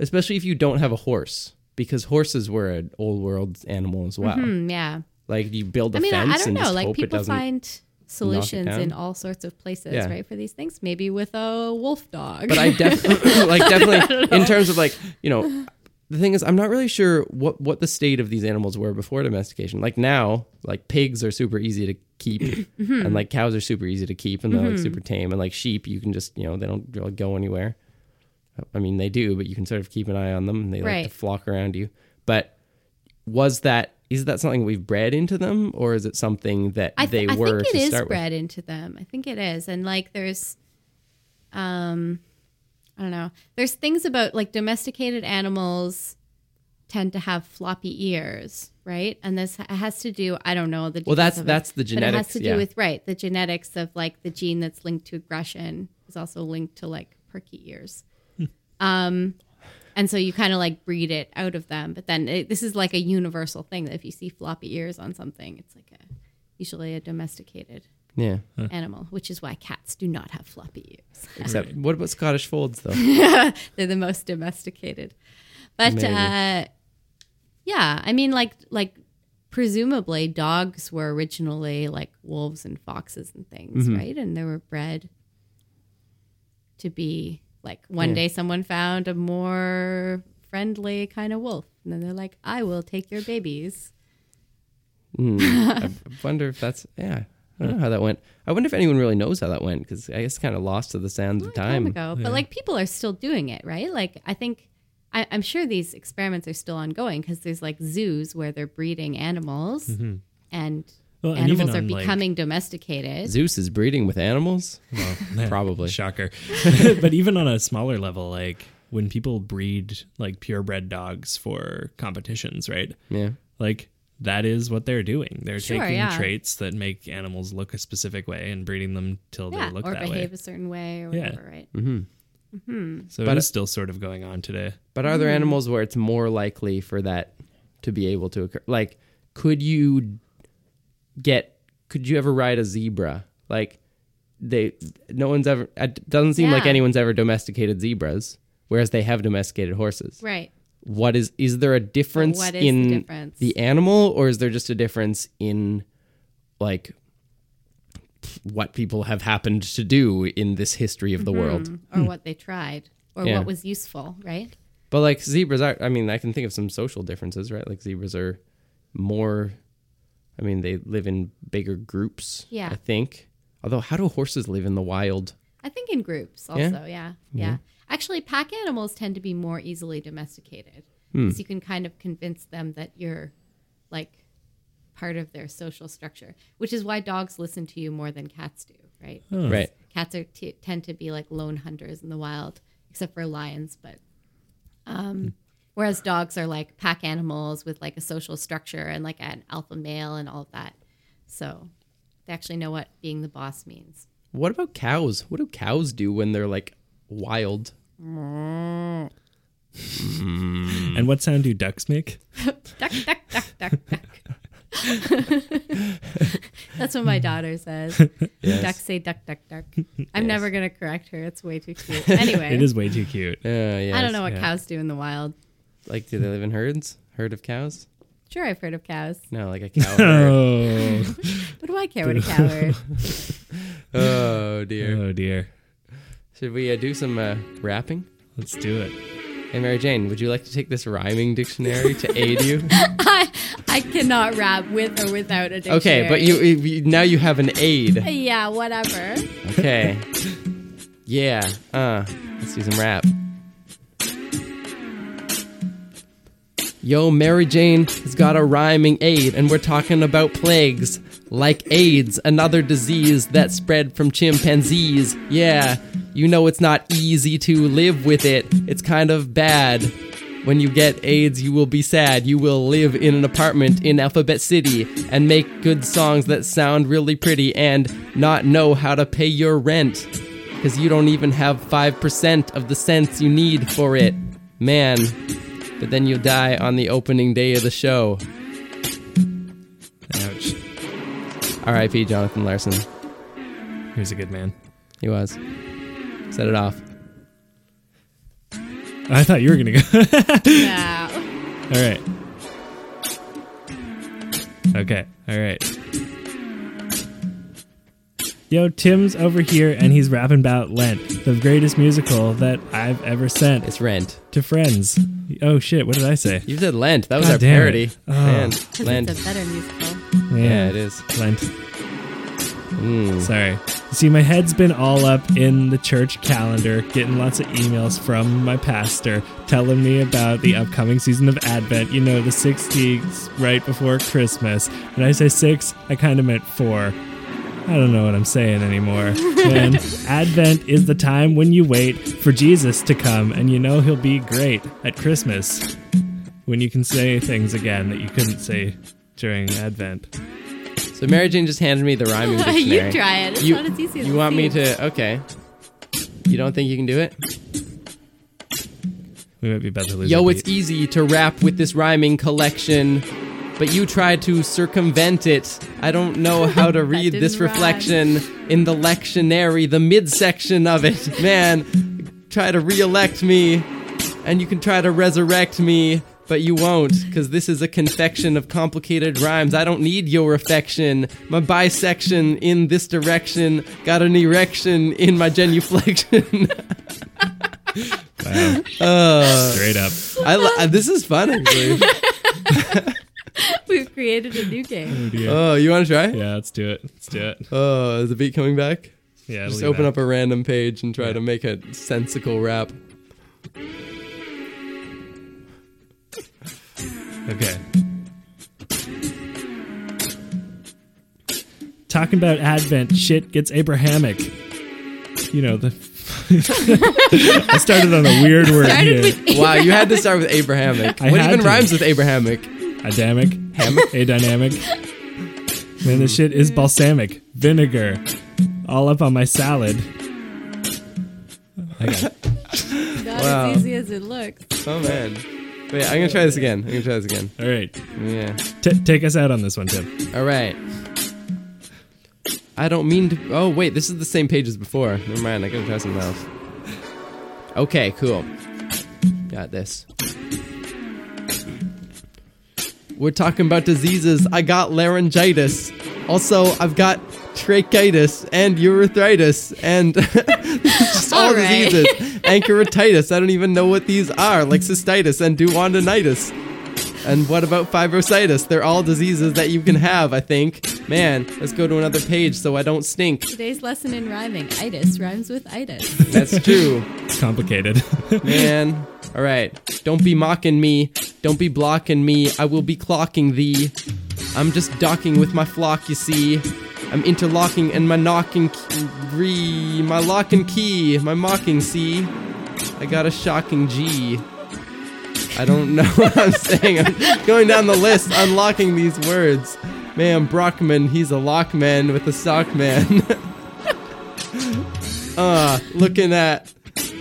Speaker 1: Especially if you don't have a horse, because horses were an old world animal as well.
Speaker 2: Hmm, yeah.
Speaker 1: Like you build a
Speaker 2: I mean, I,
Speaker 1: fence
Speaker 2: I don't
Speaker 1: and
Speaker 2: know.
Speaker 1: just
Speaker 2: Like
Speaker 1: hope it
Speaker 2: people
Speaker 1: doesn't.
Speaker 2: find solutions
Speaker 1: down.
Speaker 2: in all sorts of places,
Speaker 1: Yeah.
Speaker 2: right? For these things, maybe with a wolf dog.
Speaker 1: but I definitely like definitely in terms of like you know the thing is I'm not really sure what what the state of these animals were before domestication. Like now, like pigs are super easy to keep,
Speaker 2: Hmm.
Speaker 1: and like cows are super easy to keep, and they're like super tame, and like sheep you can just you know they don't really go anywhere. I mean they do, but you can sort of keep an eye on them, and they like
Speaker 2: Right.
Speaker 1: to flock around you. But was that is that something we've bred into them, or is it something that
Speaker 2: I,
Speaker 1: they
Speaker 2: th- I
Speaker 1: were
Speaker 2: think it
Speaker 1: to
Speaker 2: is
Speaker 1: start with?
Speaker 2: bred into them. I think it is, and like there's, um, I don't know. There's things about like domesticated animals tend to have floppy ears, right? And this it has to do. I don't know the.
Speaker 1: Well,
Speaker 2: details
Speaker 1: that's
Speaker 2: of it,
Speaker 1: that's the
Speaker 2: But it
Speaker 1: genetics.
Speaker 2: has to do
Speaker 1: yeah.
Speaker 2: with right the genetics of like the gene that's linked to aggression is also linked to like perky ears.
Speaker 1: Hmm.
Speaker 2: um, and so you kind of like breed it out of them. But then it, this is like a universal thing that if you see floppy ears on something, it's like a usually a domesticated
Speaker 1: yeah.
Speaker 2: animal, which is why cats do not have floppy ears.
Speaker 1: Except what about Scottish folds though?
Speaker 2: They're the most domesticated. But
Speaker 1: Maybe.
Speaker 2: uh, yeah, I mean, like like presumably dogs were originally like wolves and foxes and things,
Speaker 1: Mm-hmm.
Speaker 2: right? And they were bred to be like one
Speaker 1: Yeah.
Speaker 2: day someone found a more friendly kind of wolf, and then they're like, "I will take your babies."
Speaker 1: Hmm. I wonder if that's yeah. I don't know how that went. I wonder if anyone really knows how that went because I guess kind of lost to the sands of
Speaker 2: time
Speaker 1: time.
Speaker 2: ago, but like people are still doing it, right? Like I think I, I'm sure these experiments are still ongoing because there's like zoos where they're breeding animals and
Speaker 3: Mm-hmm. Well, and even
Speaker 2: animals are
Speaker 3: on, like-
Speaker 2: becoming domesticated.
Speaker 1: Zeus is breeding with animals. Probably.
Speaker 3: Shocker. but even on a smaller level, like when people breed like purebred dogs for competitions, right?
Speaker 1: Yeah,
Speaker 3: Like that is what they're doing. They're
Speaker 2: Sure,
Speaker 3: taking
Speaker 2: yeah.
Speaker 3: traits that make animals look a specific way and breeding them till
Speaker 2: yeah,
Speaker 3: they look
Speaker 2: or
Speaker 3: that
Speaker 2: behave
Speaker 3: way.
Speaker 2: a certain way or
Speaker 3: Yeah. Mm-hmm.
Speaker 2: whatever, right?
Speaker 3: So
Speaker 1: But-
Speaker 3: it is still sort of going on today.
Speaker 1: but are
Speaker 2: Hmm.
Speaker 1: there animals where it's more likely for that to be able to occur? Like, could you get? Could you ever ride a zebra? Like, they no one's ever. It doesn't seem like
Speaker 2: Yeah.
Speaker 1: anyone's ever domesticated zebras, whereas they have domesticated horses.
Speaker 2: Right.
Speaker 1: what is is there a difference
Speaker 2: What is the
Speaker 1: in the,
Speaker 2: difference?
Speaker 1: animal or is there just a difference in like what people have happened to do in this history of the
Speaker 2: Mm-hmm.
Speaker 1: world
Speaker 3: Hmm.
Speaker 2: Or what they tried or
Speaker 1: Yeah.
Speaker 2: what was useful, right?
Speaker 1: but like zebras are i mean i can think of some social differences right like zebras are more i mean they live in bigger groups
Speaker 2: Yeah.
Speaker 1: i think although how do horses live in the wild
Speaker 2: I think in groups also, yeah. Yeah. Actually, pack animals tend to be more easily domesticated because you can kind of convince them that you're like part of their social structure, which is why dogs listen to you more than cats do, right?
Speaker 1: right
Speaker 2: Cats are t- tend to be like lone hunters in the wild, except for lions, but um Hmm. whereas dogs are like pack animals with like a social structure and like an alpha male and all of that. So they actually know what being the boss means.
Speaker 1: what about cows what do cows do when they're like wild Mm.
Speaker 3: And what sound do ducks make?
Speaker 2: duck, duck, duck, duck, duck. That's what
Speaker 1: Hmm.
Speaker 2: my daughter says. Ducks say duck, duck, duck. I'm never going to correct her. It's way too cute. Anyway,
Speaker 3: It is way too cute.
Speaker 1: uh, yeah
Speaker 2: I don't know what
Speaker 3: yeah.
Speaker 2: cows do in the wild.
Speaker 1: like do they live in herds herd of cows
Speaker 2: Sure, I've heard of cows.
Speaker 1: No, like a cow. herd.
Speaker 3: Oh,
Speaker 2: What do I care what a cow is?
Speaker 1: oh dear.
Speaker 3: oh dear.
Speaker 1: Should we uh, do some uh, rapping?
Speaker 3: Let's do it.
Speaker 1: Hey, Mary Jane, would you like to take this rhyming dictionary to aid you?
Speaker 2: I, I cannot rap with or without a dictionary.
Speaker 1: Okay, but you, you you- now you have an aid.
Speaker 2: Yeah, whatever.
Speaker 1: Okay. Yeah. Uh, let's do some rap. Yo, Mary Jane has got a rhyming aid, and we're talking about plagues like AIDS, another disease that spread from chimpanzees. Yeah, You know it's not easy to live with it. It's kind of bad. When you get AIDS, you will be sad. You will live in an apartment in Alphabet City and make good songs that sound really pretty and not know how to pay your rent because you don't even have 5% of the cents you need for it. Man. But then you die on the opening day of the show.
Speaker 3: Ouch.
Speaker 1: R.I.P. Jonathan Larson.
Speaker 3: He was a good man.
Speaker 1: He was. Set it off.
Speaker 3: I thought you were gonna go.
Speaker 2: Yeah.
Speaker 3: All right. Okay. All right. Yo, Tim's over here and he's rapping about Lent, the greatest musical that I've ever sent
Speaker 1: It's Rent.
Speaker 3: to friends. Oh shit, what did I say?
Speaker 1: You said Lent. That was
Speaker 3: God
Speaker 1: our
Speaker 3: damn it.
Speaker 1: parody.
Speaker 3: Oh.
Speaker 1: Man, Lent.
Speaker 2: It's a better musical.
Speaker 1: Yeah, it is.
Speaker 3: Lent.
Speaker 1: Mm.
Speaker 3: Sorry. You see, my head's been all up in the church calendar, getting lots of emails from my pastor telling me about the upcoming season of Advent, you know, the six weeks right before Christmas. When I say six, I kind of meant four. I don't know what I'm saying anymore. And Advent is the time when you wait for Jesus to come, and you know he'll be great at Christmas. When you can say things again that you couldn't say during Advent.
Speaker 1: So Mary Jane just handed me the rhyming dictionary.
Speaker 2: you try it. It's
Speaker 1: You-
Speaker 2: not as easy as
Speaker 1: You
Speaker 2: it
Speaker 1: want me
Speaker 2: seems.
Speaker 1: to? Okay. You don't think you can do it?
Speaker 3: We might be about to lose.
Speaker 1: Yo,
Speaker 3: our
Speaker 1: it's E-
Speaker 3: beat.
Speaker 1: easy to rap with this rhyming collection, but you try to circumvent it. I don't know how to read
Speaker 2: didn't
Speaker 1: this
Speaker 2: rhyme.
Speaker 1: reflection in the lectionary, the midsection of it. Man, try to re-elect me, and you can try to resurrect me, but you won't, because this is a confection of complicated rhymes. I don't need your affection. My bisection in this direction got an erection in my genuflection.
Speaker 3: Wow.
Speaker 1: uh,
Speaker 3: Straight up.
Speaker 1: I lo- uh, this is fun actually.
Speaker 2: We've created a new game.
Speaker 1: Oh, you want to try?
Speaker 3: Yeah, let's do it. Let's do it.
Speaker 1: Oh, is the beat coming back?
Speaker 3: Yeah,
Speaker 1: Just open up a random page and try to make a sensical rap.
Speaker 3: Okay. Talking about Advent, shit gets Abrahamic. You know the. I started on a weird word
Speaker 2: Started
Speaker 3: here.
Speaker 2: with
Speaker 1: Wow, you had to start with Abrahamic.
Speaker 3: I
Speaker 1: what
Speaker 3: had
Speaker 1: even
Speaker 3: to.
Speaker 1: rhymes with Abrahamic?
Speaker 3: Adamic, a dynamic. Man, this shit is balsamic, vinegar, all up on my salad. I got it.
Speaker 2: not
Speaker 1: Wow.
Speaker 2: as easy as it looks.
Speaker 1: Oh man. Wait, I'm gonna try this again. I'm gonna try this again.
Speaker 3: All right,
Speaker 1: Yeah.
Speaker 3: T- take us out on this one, Tim.
Speaker 1: All right. I don't mean to. Oh wait, this is the same page as before. Never mind. I gotta try something else. Okay, cool. Got this. We're talking about diseases. I got laryngitis. Also, I've got tracheitis and urethritis and just all,
Speaker 2: All right.
Speaker 1: diseases. Ankyritis. I don't even know what these are. Like cystitis and duodenitis. And what about fibrositis? They're all diseases that you can have, I think. Man, let's go to another page so I don't stink.
Speaker 2: Today's lesson in rhyming, itis rhymes with itis.
Speaker 1: That's true.
Speaker 3: It's complicated.
Speaker 1: man. All right. Don't be mocking me. Don't be blocking me. I will be clocking thee. I'm just docking with my flock, you see. I'm interlocking and my knocking key, re, my lock and key, my mocking, see. I got a shocking G. I don't know what I'm saying. I'm going down the list, unlocking these words. Man, Brockman, he's a lockman with a sockman. uh, looking at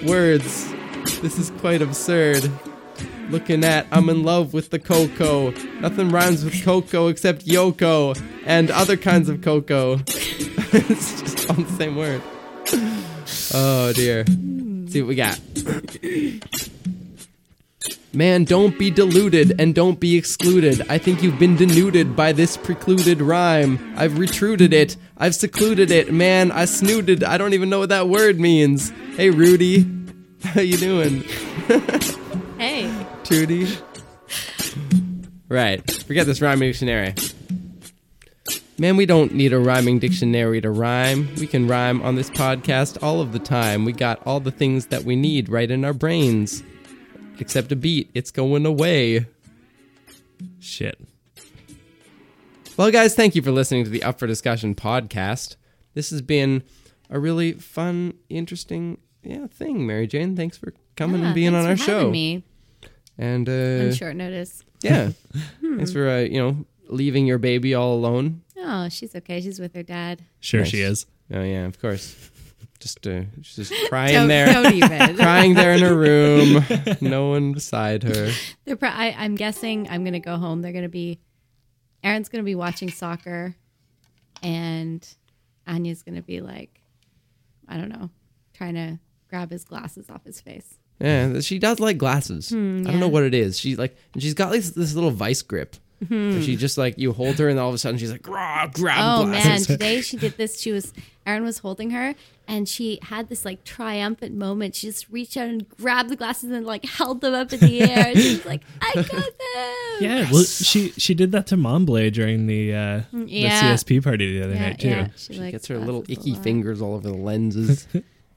Speaker 1: words. This is quite absurd. Looking at, I'm in love with the cocoa. Nothing rhymes with cocoa except Yoko and other kinds of cocoa. it's just all the same word. Oh dear. see what we got. Man, don't be deluded and don't be excluded. I think you've been denuded by this precluded rhyme. I've retruded it. I've secluded it. Man, I snooted. I don't even know what that word means. Hey, Rudy. How you doing?
Speaker 2: hey,
Speaker 1: Trudy? Right. Forget this rhyming dictionary. Man, we don't need a rhyming dictionary to rhyme. We can rhyme on this podcast all of the time. We got all the things that we need right in our brains. Except a beat. It's going away.
Speaker 3: shit.
Speaker 1: Well, guys, thank you for listening to the Up for Discussion podcast. This has been a really fun, interesting, yeah thing, Mary Jane. Thanks for coming
Speaker 2: Yeah,
Speaker 1: and being
Speaker 2: thanks
Speaker 1: on our
Speaker 2: for having
Speaker 1: show.
Speaker 2: me
Speaker 1: And
Speaker 2: on
Speaker 1: uh,
Speaker 2: short notice.
Speaker 1: yeah, thanks for uh, you know leaving your baby all alone.
Speaker 2: Oh, she's okay. She's with her dad.
Speaker 3: Sure,
Speaker 1: Nice.
Speaker 3: she is.
Speaker 1: Oh yeah, of course. Just uh, she's just
Speaker 2: Don't,
Speaker 1: crying there,
Speaker 2: don't even.
Speaker 1: crying there in her room. No one beside her.
Speaker 2: They're pro- I, I'm guessing I'm gonna go home. They're gonna be. Aaron's gonna be watching soccer, and Anya's gonna be like, I don't know, trying to grab his glasses off his face.
Speaker 1: Yeah, th- she does like glasses. I don't know
Speaker 2: Hmm, yeah.
Speaker 1: what it is. She's like, and she's got like this, this little vice grip. And she just like you hold her, and all of a sudden she's like, "Grab, grab
Speaker 2: Hmm. Oh man,
Speaker 1: glasses."
Speaker 2: today she did this. She was Erin was holding her and she had this like triumphant moment. She just reached out and grabbed the glasses and like held them up in the air. And she was like, I got them.
Speaker 3: Yeah, well, she she did that to Mom Blade during the uh,
Speaker 2: yeah.
Speaker 3: the CSP party the other
Speaker 2: Yeah,
Speaker 3: night too.
Speaker 2: yeah, She,
Speaker 1: She
Speaker 2: likes
Speaker 1: gets her
Speaker 2: glasses
Speaker 1: little
Speaker 2: a
Speaker 1: icky
Speaker 2: lot.
Speaker 1: fingers all over the lenses.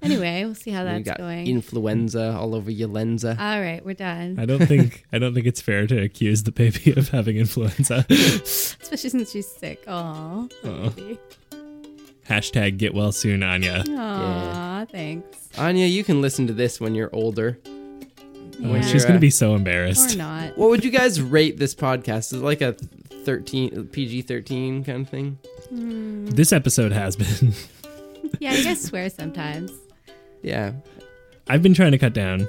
Speaker 2: Anyway, we'll see how
Speaker 1: you
Speaker 2: that's
Speaker 1: got
Speaker 2: going. Uh,
Speaker 1: influenza all over your lensa.
Speaker 2: All right, we're done.
Speaker 3: I don't think I don't think it's fair to accuse the baby of having influenza.
Speaker 2: Especially since she's sick. Aw.
Speaker 3: Oh.
Speaker 2: Aw,
Speaker 3: Hashtag get well soon, Anya.
Speaker 2: thanks.
Speaker 1: Anya, you can listen to this when you're older.
Speaker 3: Oh,
Speaker 2: Yeah.
Speaker 3: she's
Speaker 1: You're,
Speaker 3: gonna
Speaker 1: uh,
Speaker 3: be so
Speaker 2: Or
Speaker 3: embarrassed.
Speaker 2: not.
Speaker 1: What would you guys rate this podcast? Is it like a thirteen PG thirteen kind of thing?
Speaker 3: This episode has been.
Speaker 2: Yeah, you guys swear sometimes.
Speaker 1: Yeah,
Speaker 3: I've been trying to cut down.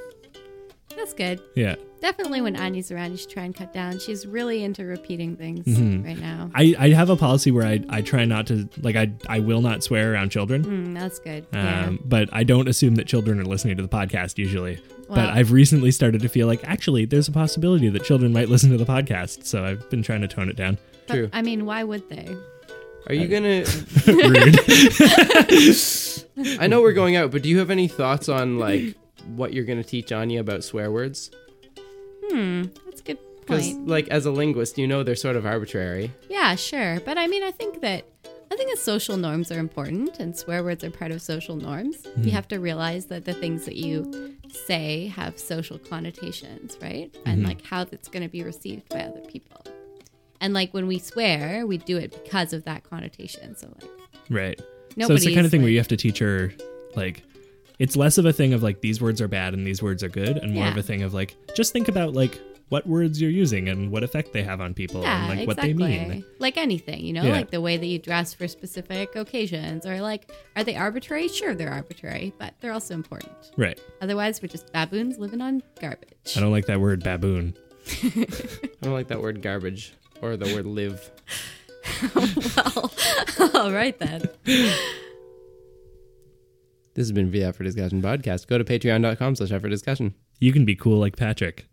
Speaker 2: That's good.
Speaker 3: Yeah,
Speaker 2: Definitely when Anya's around, you should try and cut down. She's really into repeating things
Speaker 3: Mm-hmm.
Speaker 2: right now.
Speaker 3: I, I have a policy where I, I try not to like I I will not swear around children.
Speaker 2: Mm, that's good. yeah.
Speaker 3: Um, but I don't assume that children are listening to the podcast usually. but
Speaker 2: Well-
Speaker 3: I've recently started to feel like actually there's a possibility that children might listen to the podcast, so I've been trying to tone it down.
Speaker 2: But,
Speaker 1: true.
Speaker 2: I mean, why would they?
Speaker 1: Are you gonna?
Speaker 3: Rude.
Speaker 1: I know we're going out, but do you have any thoughts on like what you're gonna teach Anya about swear words?
Speaker 2: Hmm, That's a good
Speaker 1: Because
Speaker 2: point.
Speaker 1: like as a linguist, you know they're sort of arbitrary.
Speaker 2: Yeah, sure. But I mean, I think that I think that social norms are important, and swear words are part of social norms. You have to realize that the things that you say have social connotations, right? And like how that's going to be received by other people. And like when we swear, we do it because of that connotation. So like,
Speaker 3: right. so it's
Speaker 2: Nobody's
Speaker 3: the kind of thing where
Speaker 2: like-
Speaker 3: you have to teach her like it's less of a thing of like these words are bad and these words are good and more of
Speaker 2: Yeah.
Speaker 3: a thing of like just think about like what words you're using and what effect they have on people
Speaker 2: yeah,
Speaker 3: and like
Speaker 2: exactly.
Speaker 3: what they mean.
Speaker 2: Like anything, you know,
Speaker 3: Yeah.
Speaker 2: like the way that you dress for specific occasions, or like, are they arbitrary? Sure, they're arbitrary, but they're also important.
Speaker 3: Right.
Speaker 2: Otherwise, we're just baboons living on garbage.
Speaker 3: I don't like that word baboon.
Speaker 1: I don't like that word garbage or the word live.
Speaker 2: All right then.
Speaker 1: This has been the Effort Discussion Podcast. Go to patreon.com slash effort discussion.
Speaker 3: You can be cool like Patrick.